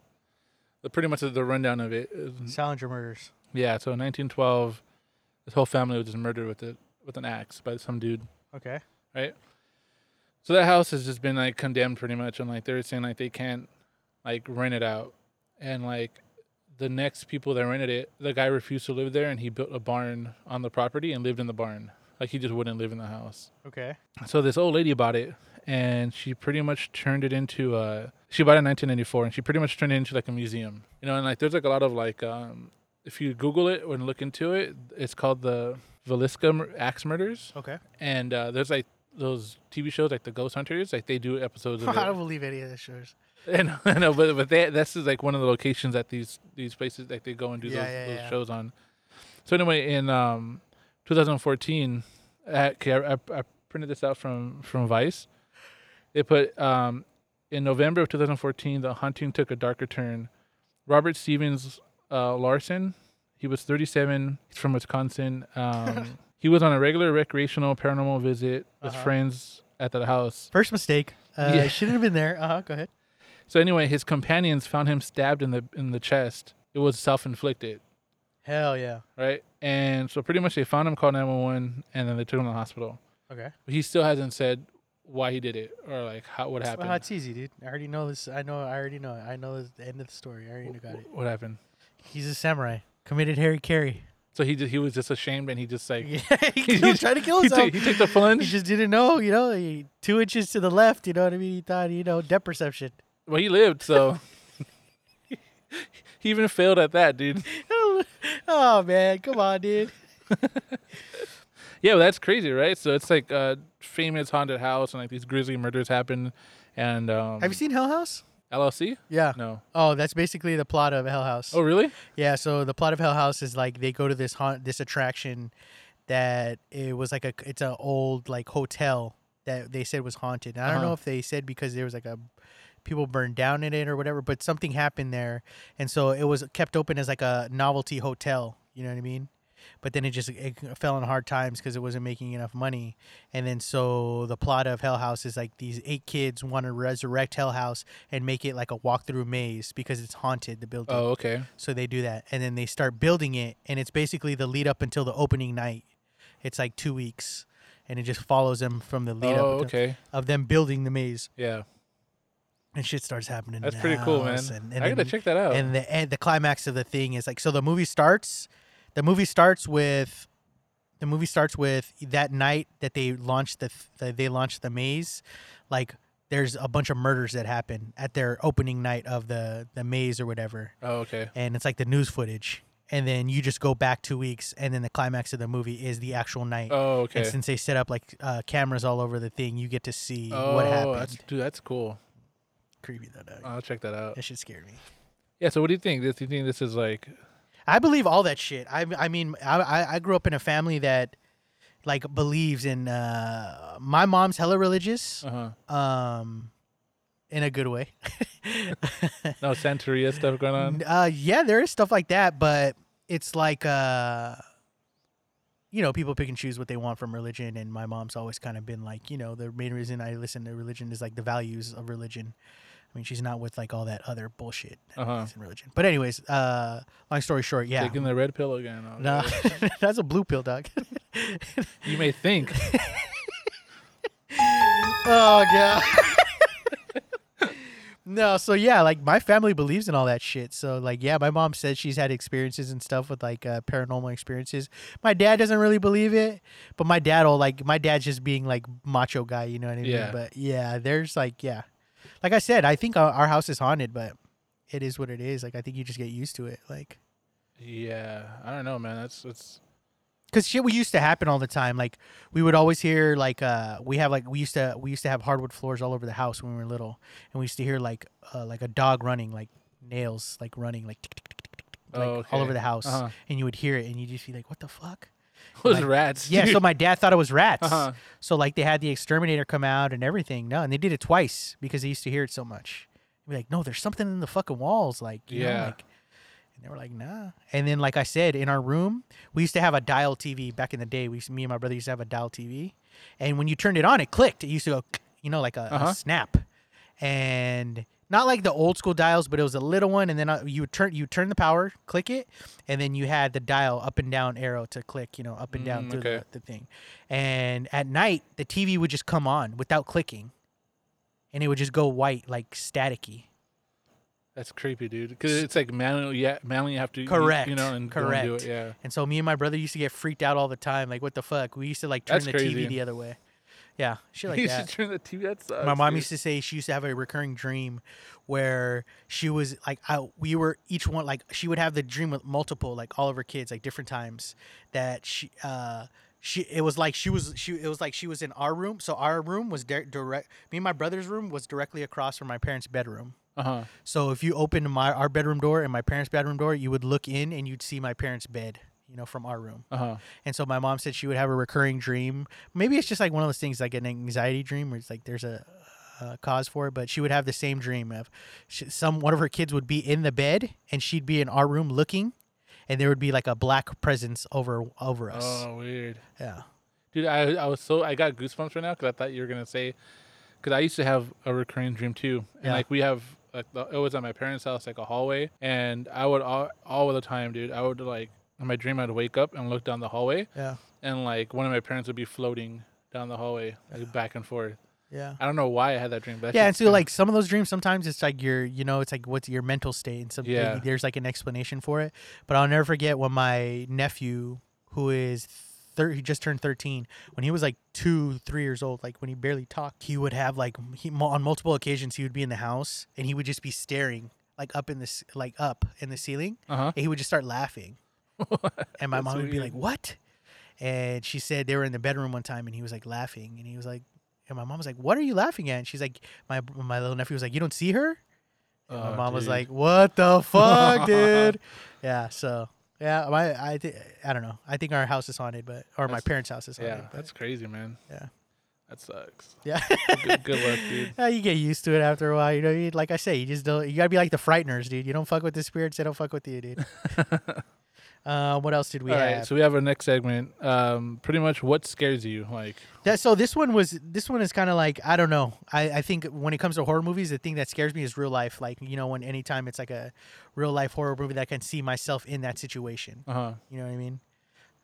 the- pretty much the rundown of it.
Salinger murders.
Yeah. So in 1912, this whole family was just murdered with a with an axe by some dude.
Okay.
right? So that house has just been like condemned pretty much, and like they're saying like they can't like rent it out, and like the next people that rented it, the guy refused to live there, and he built a barn on the property and lived in the barn. Like he just wouldn't live in the house.
Okay.
So this old lady bought it, and she pretty much turned it into a. She bought it in 1994, and she pretty much turned it into like a museum, you know. And like there's like a lot of like um, if you Google it and look into it, it's called the Velisca Mur- axe murders
Okay.
and uh, there's like those TV shows like the Ghost Hunters, like they do episodes of
[LAUGHS] I don't
it.
believe any of this shows.
and [LAUGHS] I know, but but that this is like one of the locations that these these places like they go and do
Yeah,
those,
yeah,
those
yeah.
shows on. So anyway, in um, 2014, I, okay, I, I, I printed this out from from Vice. They put um, in November of 2014, the hunting took a darker turn. Robert Stevens uh, Larson, he was 37. He's from Wisconsin.
[LAUGHS]
Um, he was on a regular recreational paranormal visit
Uh-huh.
with friends at the house.
First mistake. Uh,
Yeah.
Shouldn't have been there. Uh huh. Go ahead.
So anyway, his companions found him stabbed in the in the chest. It was self-inflicted,
Hell yeah.
right? And so pretty much they found him, called 911, and then they took him to the hospital.
Okay.
But he still hasn't said why he did it or like how what happened.
Well, uh, it's easy, dude. I already know this. I know. I already know. it. I know the end of the story. I already got it.
What happened?
He's a samurai. Committed Harry Carey. [LAUGHS]
So he just, he was just ashamed and he just like
Yeah, he killed, tried to kill
[LAUGHS] he, took,
himself.
he took the
He
plunge.
just didn't know, you know, he, two inches to the left, you know what I mean? He thought, you know, depth perception. [LAUGHS]
well, he lived, so he even failed at that, dude.
oh, man. Come on, dude.
Yeah, well, that's crazy, right? So it's like a famous haunted house and like these grisly murders happen. And um,
Have you seen Hell House? [LAUGHS]
LLC?
Yeah.
No.
Oh, that's basically the plot of Hell House.
Oh, really?
Yeah, so the plot of Hell House is like they go to this haunt, this attraction that it was like a it's an old like hotel that they said was haunted. And I don't know
Uh-huh.
if they said because there was like a people burned down in it or whatever, but something happened there, and so it was kept open as like a novelty hotel. You know what I mean? but then it just it fell in hard times because it wasn't making enough money. And then so the plot of Hell House is like these eight kids want to resurrect Hell House and make it like a walkthrough maze because it's haunted. The building.
Oh, okay.
So they do that, and then they start building it, and it's basically the lead up until the opening night. It's like two weeks, and it just follows them from the lead
Oh,
up to-
okay.
of them building the maze,
Yeah.
and shit starts happening. in
That's
the
pretty cool, man.
house, And, and
I gotta
then-
check that out.
And the and the climax of the thing is like so. The movie starts. The movie starts with. The movie starts with that night that they launched the, the they launched the maze, like there's a bunch of murders that happen at their opening night of the the maze or whatever,
oh, okay.
and it's like the news footage. And then you just go back two weeks, and then the climax of the movie is the actual night.
Oh,
And
okay.
since they set up like uh, cameras all over the thing, you get to see
Oh,
what happened.
That's, Uh, dude, that's cool.
creepy though. dog.
I'll check that out.
that shit scared me.
Yeah. So, what do you think? Do you think this is like?
I believe all that shit. I I mean, I I- I grew up in a family that like believes in. Uh, my mom's hella religious,
Uh huh.
um, in a good way. [LAUGHS]
No Santeria stuff going on.
Uh, yeah, there is stuff like that, but it's like uh, you know, people pick and choose what they want from religion, and my mom's always kind of been like, you know, the main reason I listen to religion is like the values of religion. I mean, she's not with like all that other bullshit that
Uh-huh.
is in religion. But anyways, uh, long story short, yeah.
Taking the red pill again. Okay. [LAUGHS]
Nah, [LAUGHS] that's a blue pill, dog. [LAUGHS]
You may think.
Oh god. [LAUGHS] no, so yeah, like my family believes in all that shit. So like yeah, my mom said she's had experiences and stuff with like uh, paranormal experiences. My dad doesn't really believe it, but my dad will like my dad's just being like macho guy, you know what I mean?
Yeah.
But yeah, there's like yeah. Like I said, I think our, our house is haunted, but it is what it is. Like I think you just get used to it. Like
yeah. I don't know, man.
[LAUGHS]
That's that's.
because shit we used to happen all the time like we would always hear like uh we have like we used to we used to have hardwood floors all over the house when we were little and we used to hear like uh, like a dog running like nails like running like, tick, tick, tick, tick, tick, tick, like
Oh,
all
okay.
over the house
Uh-huh.
and you would hear it and you'd just be like what the fuck
Those
Like-
rats.
yeah so
[LAUGHS] dude.
my dad thought it was rats
Uh-huh.
so like they had the exterminator come out and everything no and they did it twice because they used to hear it so much They'd be like no there's something in the fucking walls like you know,
Yeah.
like and they were like, nah. And then, like I said, in our room, we used to have a dial TV back in the day. We used, me and my brother used to have a dial TV. And when you turned it on, it clicked. It used to go, [CLEARS THROAT] you know, like a, a
Uh-huh.
snap. And not like the old school dials, but it was a little one. And then uh, you would turn you turn the power, click it, and then you had the dial up and down arrow to click, you know, up and down
Mm,
through
okay.
the, the thing. And at night, the TV would just come on without clicking, and it would just go white, like staticky.
That's creepy, dude. Because it's like manually, yeah, manually you have to, you-
Correct.
you know, and go and
correct.
do it. Yeah,
And so me and my brother used to get freaked out all the time. Like, what the fuck? We used to like turn
That's
the
crazy.
TV the other way. Yeah, shit like
[LAUGHS] you
that.
should turn the TV. That sucks.
my mom
dude.
used to say she used to have a recurring dream where she was like, I, we were each one like she would have the dream with multiple like all of her kids like different times that she. uh she, it was like she was she it was like she was in our room so our room was di- direct me and my brother's room was directly across from my parents bedroom
Uh-huh.
so if you opened my our bedroom door and my parents bedroom door you would look in and you'd see my parents bed you know from our room
Uh-huh.
and so my mom said she would have a recurring dream. Maybe it's just like one of those things, like an anxiety dream, where it's like there's a, a cause for it. But she would have the same dream of she, some one of her kids would be in the bed and she'd be in our room looking, and there would be like a black presence over over us.
Oh, weird.
Yeah.
Dude, I, I was so I got goosebumps right now because I thought you were gonna say, because I used to have a recurring dream too, and
Yeah.
like we have like the- it was at my parents' house, like a hallway, and I would all all the time, dude. I would like in my dream, I'd wake up and look down the hallway,
Yeah.
and like one of my parents would be floating down the hallway,
[SIGHS]
like back and forth.
Yeah.
I don't know why I had that dream, but that
Yeah, and
shit's
so
kinda-
like some of those dreams, sometimes it's like your, you know, it's like what's your mental state, and some
Yeah.
there's like an explanation for it. But I'll never forget when my nephew, who is thir- he just turned thirteen, when he was like two, three years old, like when he barely talked, he would have like he mo- on multiple occasions he would be in the house and he would just be staring like up in this like up in the ceiling,
Uh-huh.
and he would just start
[LAUGHS]
laughing, and my
That's
mom would be like,
weird.
"What?" And she said they were in the bedroom one time, and he was like laughing, and he was like, and my mom was like, "What are you laughing at?" And she's like, "My my little nephew was like, you don't see her." And my
Oh,
mom was
dude.
like, "What
[LAUGHS]
the fuck, dude?" Yeah, so yeah, my I th- I don't know. I think our house is haunted, but or my
That's-
parents' house is haunted.
yeah,
but-
that's crazy, man.
Yeah.
that sucks.
yeah.
good, good luck, dude.
Yeah, you get used to it after a while. You know, you, like
[LAUGHS]
I say, you just don't. You gotta be like the frighteners, dude. You don't fuck with the spirits; they don't fuck with you, dude. Uh, what else did [LAUGHS] we
All
have?
right, so we have our next segment. Um, pretty much, what scares you? Like,
That so this one was this one is kind of like I don't know. I I think when it comes to horror movies, the thing that scares me is real life. Like you know, when anytime it's like a real life horror movie that I can see myself in that situation.
uh huh.
You know what I mean?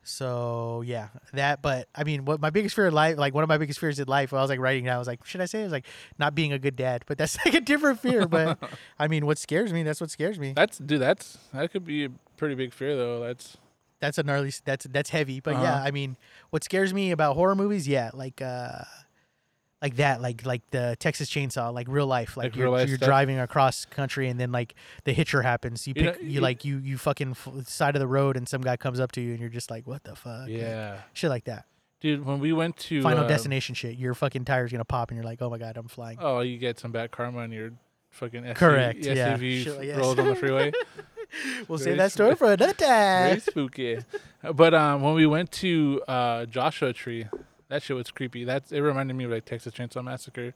So yeah, that. But I mean, what my biggest fear in life, like one of my biggest fears in life, when I was like writing down, I was like, should I say it? was like not being a good dad? But that's [LAUGHS] like a different fear. But I mean, what scares me? That's what scares me.
That's dude. That's that could be a pretty big fear though. That's
that's a gnarly s- that's that's heavy but
Uh-huh.
yeah i mean what scares me about horror movies yeah like uh like that like like the texas chainsaw like real life like,
Like
you're,
real life
you're
stuff?
driving across country and then like the hitcher happens you
You know,
pick you,
you-
like you you fucking f- side of the road and some guy comes up to you and you're just like what the fuck Like,
yeah,
shit like that
dude. When we went to
final
uh,
destination shit your fucking tire's gonna pop and you're like oh my god i'm flying
Oh, you get some bad karma on your fucking SUV,
Correct, yeah.
SUV
Sure, yes.
rolls on
[LAUGHS]
the freeway.
we'll
very
save that
sp-
story for another time
Very spooky. But um, when we went to uh, Joshua Tree, that shit was creepy. That's it reminded me of like Texas Chainsaw Massacre.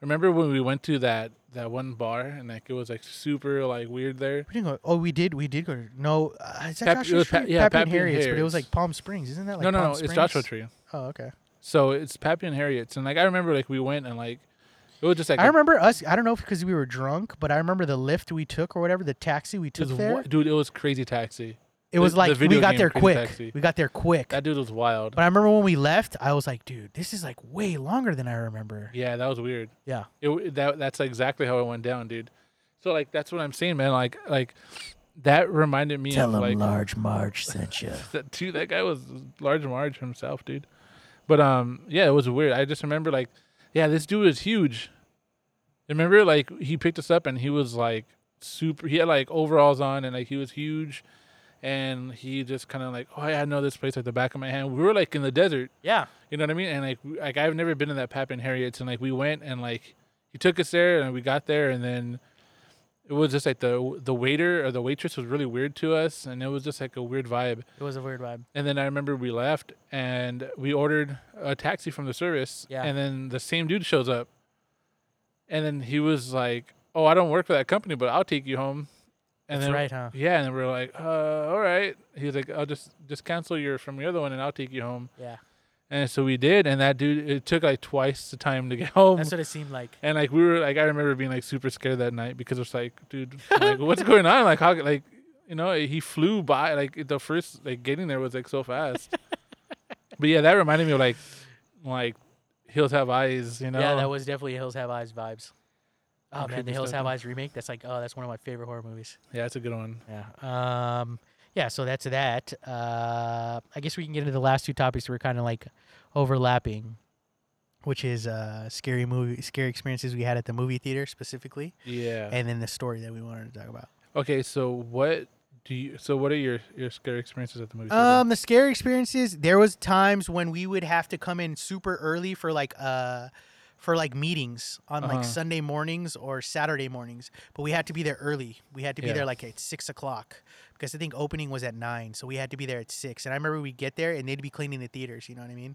Remember when we went to that that one bar and like it was like super like weird there.
We didn't go- Oh, we did. We did go. to- No, uh, is that
Pap- it
Joshua
was
Tree?
Pa- yeah,
Pappy and
Pappy and
Harriet's, but it was
Harriet's.
like Palm Springs, isn't that like
no, no,
Palm
no,
Springs?
it's Joshua Tree.
Oh, okay.
So it's Pappy and Harriet's, and like I remember like we went and like it was just like
I
a-
remember us. I don't know because we were drunk, but I remember the lift we took or whatever the taxi we
it was
took there.
wa- dude, it was crazy taxi.
it was
the
like we
video
got
game
there
Crazy
quick.
Taxi.
We got there quick.
That dude was wild.
but I remember when we left, I was like, dude, this is like way longer than I remember.
Yeah, that was weird.
Yeah.
It w- that that's exactly how it went down, dude. So like that's what I'm saying, man. Like like that reminded me
Tell
of
him
like um,
Large
[LAUGHS]
Marge sent you.
that too. That guy was large Marge himself, dude. But um, yeah, it was weird. I just remember like, yeah, this dude was huge. Remember, like he picked us up and he was like super. He had like overalls on and like he was huge, and he just kind of like, oh yeah, I know this place like the back of my hand. We were like in the desert.
yeah.
You know what I mean? And like, w- like I've never been in that Pap and Harriet's, and like we went and like he took us there, and we got there, and then it was just like the the waiter or the waitress was really weird to us, and it was just like a weird vibe.
It was a weird vibe.
And then I remember we left, and we ordered a taxi from the service,
Yeah.
and then the same dude shows up, and then he was like, "Oh, I don't work for that company, but I'll take you home." And
That's
then,
right, huh?
Yeah, and then we we're like, uh, "All right." He was like, "I'll just just cancel your from your other one, and I'll take you home."
Yeah.
And so we did, and that dude it took like twice the time to get [LAUGHS] home.
That's what it seemed like.
and like we were like I remember being like super scared that night because it's like,
[LAUGHS]
dude, like what's going on? Like how like you know, he flew by like the first like getting there was like
[LAUGHS]
so fast. but yeah, that reminded me of like like Hills Have Eyes, you know.
Yeah, that was definitely Hills Have Eyes vibes. Oh man,
Some
the
creepy
Hills
stuff,
Have
huh?
Eyes remake. That's like, oh, that's one of my favorite horror movies.
Yeah, it's a good one.
Yeah. Um, yeah. So that's that. Uh, I guess we can get into the last two topics. We're kind of like overlapping, which is uh, scary movie, scary experiences we had at the movie theater specifically,
Yeah.
and then the story that we wanted to talk about.
okay, so what do you so what are your your scary experiences at the movie? theater?
Um, the scary experiences. There was times when we would have to come in super early for like uh, for like meetings on
Uh-huh.
like Sunday mornings or Saturday mornings. But we had to be there early. We had to be
Yeah.
there like at six o'clock because I think opening was at nine, so we had to be there at six. And I remember we'd get there and they'd be cleaning the theaters. You know what I mean?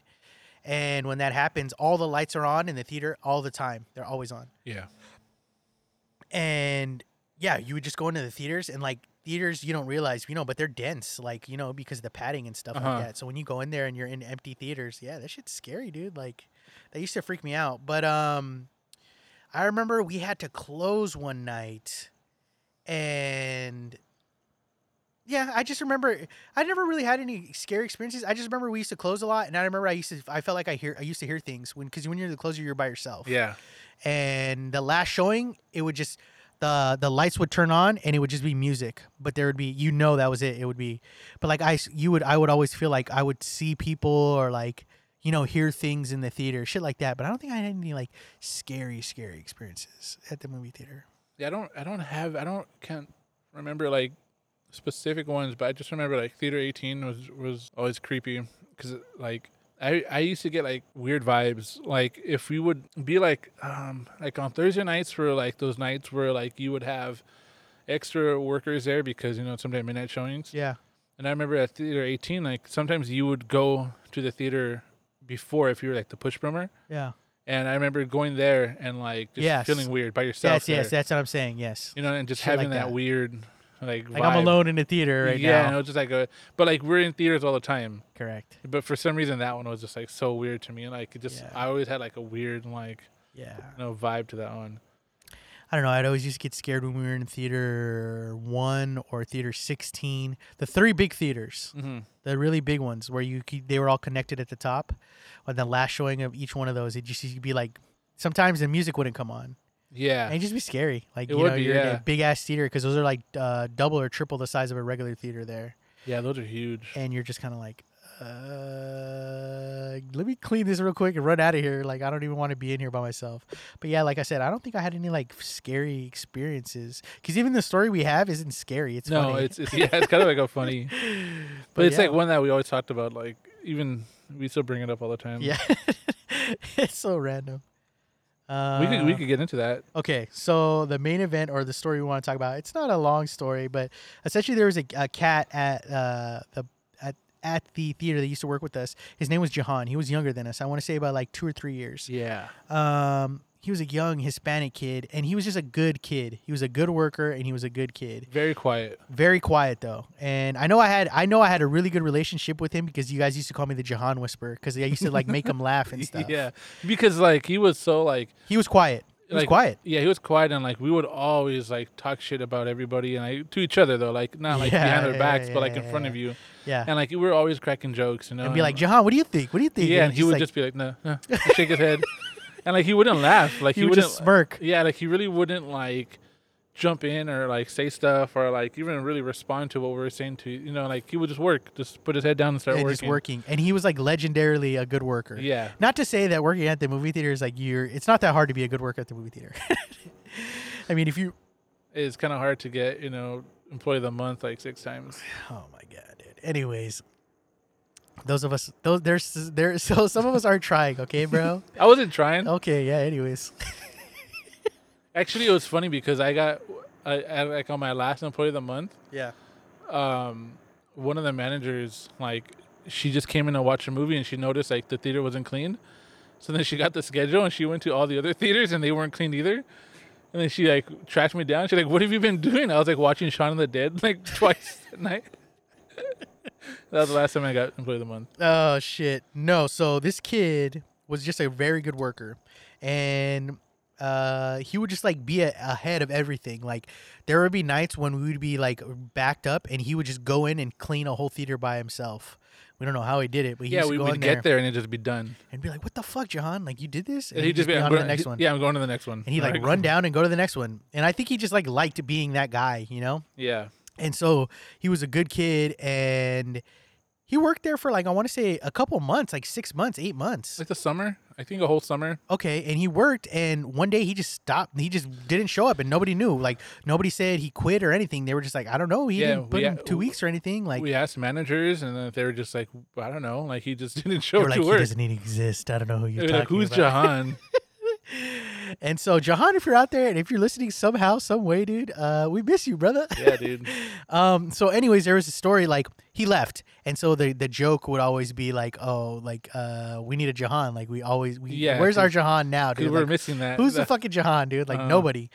And when that happens, all the lights are on in the theater all the time. They're always on
yeah.
and yeah, you would just go into the theaters and like theaters you don't realize, you know, but they're dense, like, you know, because of the padding and stuff
Uh-huh.
like that. So when you go in there and you're in empty theaters, yeah, that shit's scary, dude. Like that used to freak me out. But um I remember we had to close one night and yeah, I just remember I never really had any scary experiences. I just remember we used to close a lot, and I remember I used to I felt like I hear I used to hear things when because when you're the closer you're by yourself
Yeah.
and the last showing it would just the the lights would turn on and it would just be music but there would be you know that was it it would be but like i s- you would i would always feel like i would see people or like you know hear things in the theater shit like that but i don't think i had any like scary scary experiences at the movie theater
Yeah, I don't I don't have I don't can't remember like specific ones, but I just remember like Theater 18 was was always creepy cuz like I I used to get like weird vibes like if we would be like um like on Thursday nights were like those nights where like you would have extra workers there because you know sometime midnight showings.
yeah
And I remember at Theater 18 like sometimes you would go to the theater before if you were like the push broomer
yeah
and I remember going there and like just
Yes.
feeling weird by yourself.
yes yes
there
that's what i'm saying yes
you know, and just
Shit like
having that,
that.
weird like
Like I'm
vibe.
alone in a theater right
yeah,
now.
and it was just like a. But like we're in theaters all the time.
Correct.
But for some reason that one was just like so weird to me. And like it just
Yeah.
I always had like a weird like
Yeah.
you know vibe to that one.
I don't know. I'd always used to get scared when we were in theater one or theater sixteen, the three big theaters,
Mhm.
the really big ones where you could, they were all connected at the top. On the last showing of each one of those, it just used to be like sometimes the music wouldn't come on.
Yeah.
And it'd just be scary. Like
It
you
would
know,
be,
you're in
yeah.
a big ass theater because those are like uh, double or triple the size of a regular theater there,
Yeah, those are huge.
and you're just kind of like, uh, let me clean this real quick and run out of here. Like I don't even want to be in here by myself. But yeah, like I said, I don't think I had any like scary experiences because even the story we have isn't scary. It's
no,
funny.
it's it's yeah, it's kind of like a funny.
[LAUGHS]
But,
But
it's like
yeah.
one that we always talked about. Like even we still bring it up all the
[LAUGHS]
time.
yeah, [LAUGHS] it's so random. Uh,
We could we could get into that.
Okay, so the main event or the story we want to talk about, it's not a long story, but essentially there was a, a cat at uh, the at, at the theater that used to work with us. His name was Jahan. He was younger than us. I want to say about like two or three years.
Yeah.
Um, he was a young Hispanic kid, and he was just a good kid. He was a good worker, and he was a good kid
Very quiet.
very quiet though and i know i had i know i had a really good relationship with him because you guys used to call me the jahan whisperer because i used to like make him laugh
[LAUGHS]
and stuff
Yeah, because like he was so like
he was quiet he was
like,
quiet
Yeah, he was quiet, and like we would always like talk shit about everybody and like to each other though, like not like
Yeah,
behind their
yeah,
backs,
yeah,
but like in
yeah,
front
yeah.
of you,
yeah
and like we were always cracking jokes, you know,
and be like jahan what do you think what do you think
yeah, and he would
like-
just be like, no, no," and shake his head, [LAUGHS] and like he wouldn't laugh, like
he,
he,
would
wouldn't
just smirk
Yeah, like he really wouldn't like jump in or like say stuff or like even really respond to what we were saying to you know like he would just work just put his head down and start
and
working
just working and he was like legendarily a good worker
yeah
not to say that working at the movie theater is like you're it's not that hard to be a good worker at the movie theater [LAUGHS] i mean if you
it's kind of hard to get you know employee of the month like six times
Oh my god, dude. Anyways, those of us, those there's [LAUGHS] there. So some of us are trying. Okay, bro.
i wasn't trying
okay, yeah. Anyways, [LAUGHS]
actually it was funny because i got I, I like on my last employee of the month
yeah.
um one of the managers like she just came in to watch a movie and she noticed like the theater wasn't cleaned so then she got the schedule and she went to all the other [LAUGHS] theaters and they weren't cleaned either and then she like tracked me down she's like what have you been doing i was like watching Shaun of the Dead [LAUGHS] like twice at night [LAUGHS] that was the last time i got employee of the month
Oh shit. No. So this kid was just a very good worker, and uh, he would just like be a- ahead of everything. Like there would be nights when we would be like backed up, and he would just go in and clean a whole theater by himself. We don't know how he did it, but he
yeah
used to
we
go in
would
there,
get there and it'd just be done
and be like, "What the fuck, Jahan? Like you did this?" And
he'd
he'd just be,
"I'm
on to the
going-
next one.
yeah i'm going to the next one
and he like run down and go to the next one. And I think he just like liked being that guy, you know.
yeah
And so he was a good kid, and he worked there for like I want to say a couple months, like six months, eight months.
like the summer i think a whole summer
Okay, and he worked, and one day he just stopped. He just didn't show up, and nobody knew. Like nobody said he quit or anything. They were just like, I don't know. He
Yeah,
didn't put
we-
in two weeks or anything. Like
we asked managers, and then they were just like, I don't know, like he just [LAUGHS] didn't
they
show
were
up
like
to
he
work.
doesn't even exist. I don't know who
They
you're
were
talking
like, who's
about. [LAUGHS]
Jahan?
And so Jahan, if you're out there and if you're listening somehow, some way, dude, uh, we miss you, brother.
yeah,
[LAUGHS]
dude.
Um. So, anyways, there was a story like he left, and so the the joke would always be like, "Oh, like uh, we need a Jahan. Like we always we
Yeah,
where's our
'cause-
Jahan now,
Dude,
dude?
we're
Like,
missing that.
who's
[LAUGHS]
the
that-
fucking Jahan, dude? Like
Uh-huh.
nobody."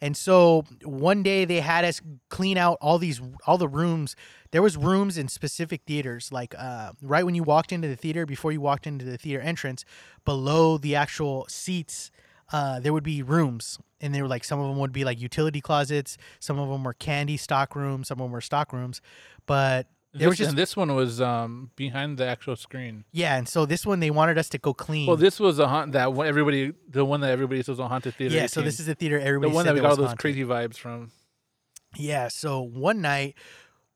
And so one day they had us clean out all these all the rooms. There was rooms in specific theaters, like uh, right when you walked into the theater, before you walked into the theater entrance, below the actual seats, uh, there would be rooms, and they were like some of them would be like utility closets, some of them were candy stock rooms, some of them were stock rooms, but
This,
there was just
and this one was um, behind the actual screen.
yeah. And so this one they wanted us to go clean.
Well, this was a haunt that one, everybody, the one that everybody says was a haunted theater.
yeah,
that
so
came-
this is the theater
the
everybody
one
said
that we got all
was
those
haunted.
crazy vibes from.
Yeah, so one night,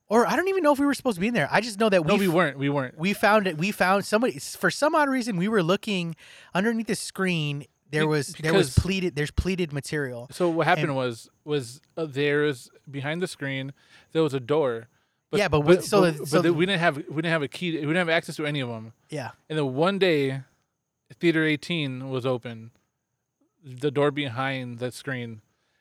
or I don't even know if we were supposed to be in there. I just know that
No,
we
we weren't. We weren't.
we found it. We found somebody for some odd reason. We were looking underneath the screen. There
Be-
was there was
because-
pleated. There's pleated material.
So what happened
And-
was was uh, there's behind the screen there was a door.
Yeah, but we- so-
but,
so-
we didn't have we didn't have a key. We didn't have access to any of them.
Yeah,
And then one day, Theater 18 was open, the door behind the screen,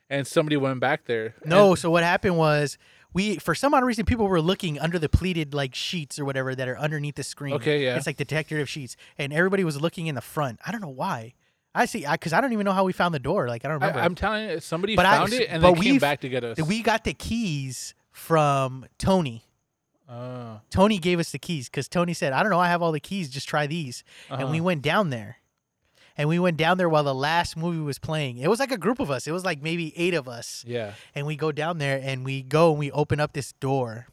and somebody went back there.
no.
And-
So what happened was we for some odd reason people were looking under the pleated like sheets or whatever that are underneath the screen.
Okay, yeah.
it's like detective sheets, and everybody was looking in the front. I don't know why. I see, because I, don't even know how we found the door. Like I don't
I,
remember.
I'm telling you, somebody
But I-
found it and
but
they came
we've-
back to get us.
we got the keys from Tony.
Oh.
Tony gave us the keys because Tony said, I don't know, I have all the keys, just try these. And
Uh-huh.
we went down there. And we went down there while the last movie was playing. It was like a group of us, it was like maybe eight of us.
Yeah.
And we go down there and we go and we open up this door.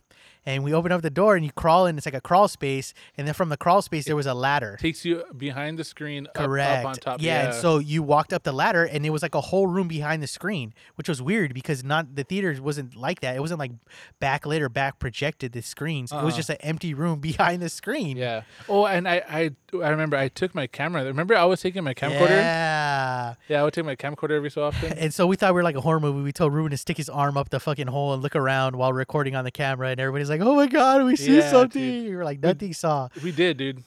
And we open up the door and you crawl in, it's like a crawl space. And then from the crawl space, there was a ladder.
Takes you behind the screen. up-
Correct.
Up, on top.
Yeah, and so you walked up the ladder, and it was like a whole room behind the screen, which was weird because not the theater wasn't like that. It wasn't like backlit or back projected the screens. It was just an empty room [LAUGHS] behind the screen.
Uh-huh. Yeah. Oh, and I, I, I remember I took my camera. Remember I was taking my camcorder.
Yeah.
Yeah, I would take my camcorder every so
[LAUGHS]
often.
And so we thought we were like a horror movie. We told Ruben to stick his arm up the fucking hole and look around while recording on the camera, and everybody's like, "Oh my god, we see
Yeah, dude.
something!" We were like, "Nothing saw."
we did, dude.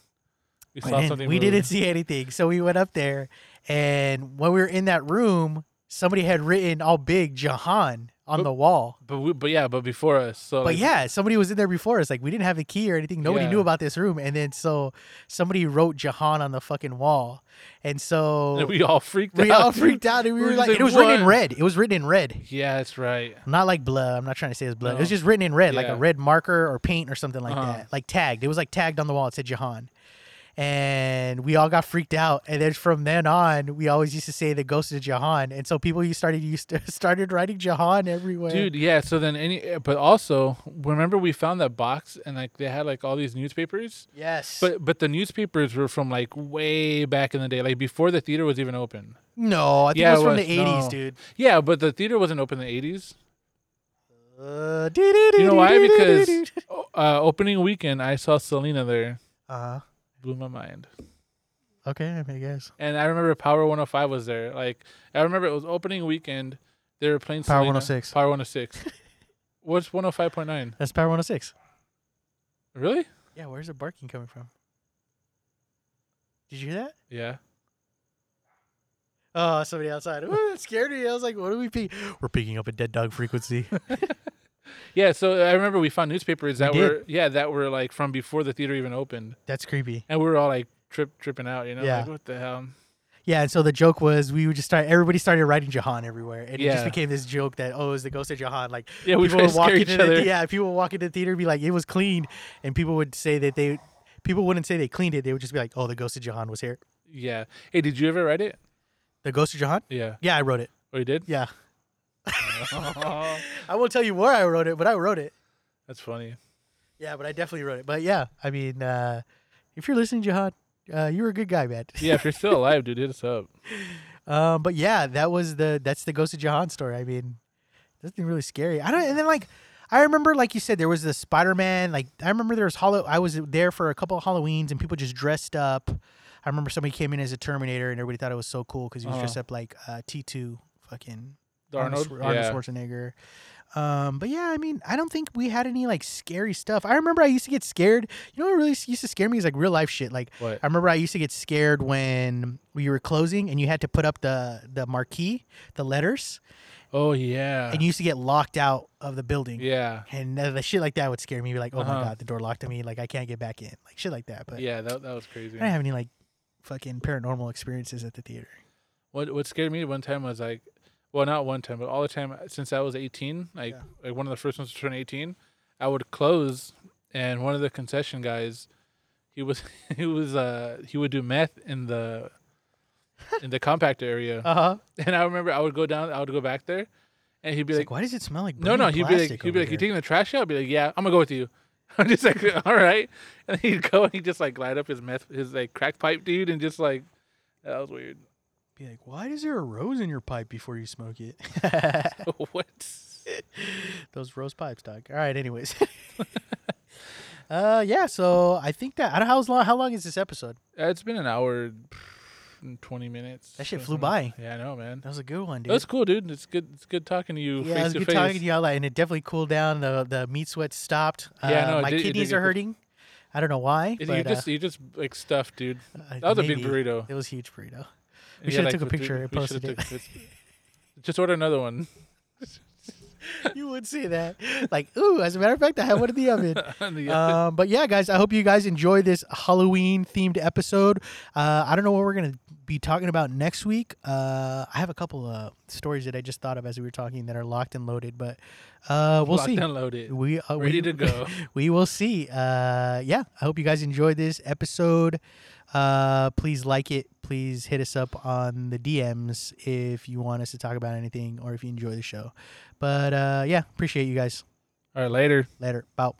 We saw
And
something.
we
moving.
didn't see anything. So we went up there, and when we were in that room, somebody had written all big Jahan on
But-
the wall.
But we, but yeah, but before us. So
But
Oh, like,
yeah, somebody was in there before us. Like we didn't have the key or anything. Nobody knew
Yeah.
about this room. And then so somebody wrote Jahan on the fucking wall, and so
and [LAUGHS] we all freaked
we
[LAUGHS] out.
all
dude.
freaked out. And we were
just
like, it was written in
"What?"
red. It was written in red.
Yeah, that's right.
Not like blood. I'm not trying to say it was blood. It was
No.
just written in red, like
Yeah.
a red marker or paint or something like
Uh-huh.
that. Like tagged. It was like tagged on the wall. It said Jahan. And we all got freaked out. And then from then on, we always used to say the ghost of Jahan. And so people you started used to [LAUGHS] started writing Jahan everywhere.
Dude, yeah. So then any, eh, but also remember we found that box and like they had like all these newspapers.
Yes.
But but the newspapers were from like way back in the day, like before the theater was even open.
no, I think it was from
it
the
was.
80s,
No.
dude.
Yeah, but the theater wasn't open in the eighties.
Uh,
You know why? Because
[LAUGHS]
uh, opening weekend, I saw Selena there.
uh,
Blew my mind.
okay, I mean, I guess
And I remember Power 105 was there. Like I remember it was opening weekend. They were playing
Power
Selena.
106.
Power 106. What's 105.9?
that's Power 106.
Really?
Yeah, where's the barking coming from? Did you hear that?
Yeah.
Oh, somebody outside. Ooh, that scared me. I was like, what are we picking? We're picking up a dead dog frequency. [LAUGHS]
Yeah. So I remember we found newspapers that
did.
were yeah that were like from before the theater even opened,
that's creepy.
and we were all like trip tripping out. You know,
Yeah.
like what the hell.
Yeah, and so the joke was we would just start, everybody started writing Jahan everywhere. And it just
Yeah.
became this joke that, oh, it was the ghost of Jahan. Like,
Yeah, we try to scare each
into the,
other.
Yeah, people would walk into the theater and be like, it was clean. And people would say that they, people wouldn't say they cleaned it. They would just be like, oh, the ghost of Jahan was here.
Yeah. Hey, did you ever write it?
The ghost of Jahan?
Yeah.
Yeah, I wrote it.
Oh,
[LAUGHS]
you did?
Yeah.
Oh,
I won't tell you where I wrote it, but I wrote it.
[LAUGHS] that's funny.
Yeah, but I definitely wrote it. But yeah, I mean, uh, if you're listening, Jihad, uh, you were a good guy, man. [LAUGHS]
Yeah, if you're still alive, dude, hit us up.
Um, but yeah, that was the that's the Ghost of Jahan story. I mean, nothing really scary. I don't. And then like, I remember like you said there was the Spider Man. Like I remember there was Hollow. I was there for a couple of Halloweens and people just dressed up. I remember somebody came in as a Terminator and everybody thought it was so cool because he was
Uh-huh.
dressed up like uh, T two fucking
Arnold.
Schwar- Arnold
yeah.
Schwarzenegger. Um, but yeah, I mean, I don't think we had any like scary stuff. I remember I used to get scared. You know what really s- used to scare me is like real life shit. Like
What?
I remember I used to get scared when we were closing and you had to put up the the marquee, the letters,
Oh yeah.
and you used to get locked out of the building.
yeah.
And the the shit like that would scare me. Be like, oh my
Uh-huh.
god, the door locked on me. Like I can't get back in. Like shit like that. But
Yeah, that, that was
I
crazy.
didn't have any like fucking paranormal experiences at the theater.
What what scared me one time was like, well, not one time, but all the time since I was 18, like like one of the first ones to turn 18, I would close, and one of the concession guys, he was [LAUGHS] he was uh he would do meth in the in the compact area,
Uh huh.
[LAUGHS] and I remember I would go down, I would go back there, and he'd Uh-huh. be
Like,
like,
why does it smell like
no, no,
burning
he'd be
plastic
like, he'd be
over
like, you
here?"
taking the trash out? I'd be like, yeah, I'm gonna go with you. [LAUGHS] I'm just like, all right, and he'd go and he'd just like light up his meth, his like crack pipe, dude, and just like that was weird. [LAUGHS]
Be like, why is there a rose in your pipe before you smoke
[LAUGHS]
it?
what?
Those rose pipes, dog. All right, anyways. [LAUGHS] uh, yeah. So I think that I don't know how long. How long is this episode?
Uh, It's been an hour and twenty minutes.
That shit
or
flew
something.
by.
Yeah, I know, man.
That was a good one, dude.
That's cool, dude. It's good. It's good talking to you
yeah, it
face
was
to
good
face.
talking to y'all, and it definitely cooled down. The the meat sweat stopped.
Yeah,
Uh,
no, it
my
did- it did
kidneys
get
are
good.
hurting. I don't know why.
Is-
but,
you
uh,
just you just like stuffed, dude.
uh,
That was a big
maybe.
burrito.
It was a huge burrito. [LAUGHS]
We
shoulda took a picture and posted it.
[LAUGHS] Just order another one.
you would see that. Like, ooh, as a matter of fact, I have one in the
[LAUGHS]
oven.
The
Um, but yeah, guys, I hope you guys enjoy this Halloween themed episode. Uh, I don't know what we're gonna be talking about next week. Uh, I have a couple of stories that I just thought of as we were talking that are locked and loaded, but uh, we'll
Locked
see.
and loaded.
We uh, we- [LAUGHS]
Ready to go.
we will see. Uh, yeah, I hope you guys enjoyed this episode. Uh, please like it. Please hit us up on the DMs if you want us to talk about anything or if you enjoy the show. But uh, yeah, appreciate you guys.
All right, later.
Later. Bye.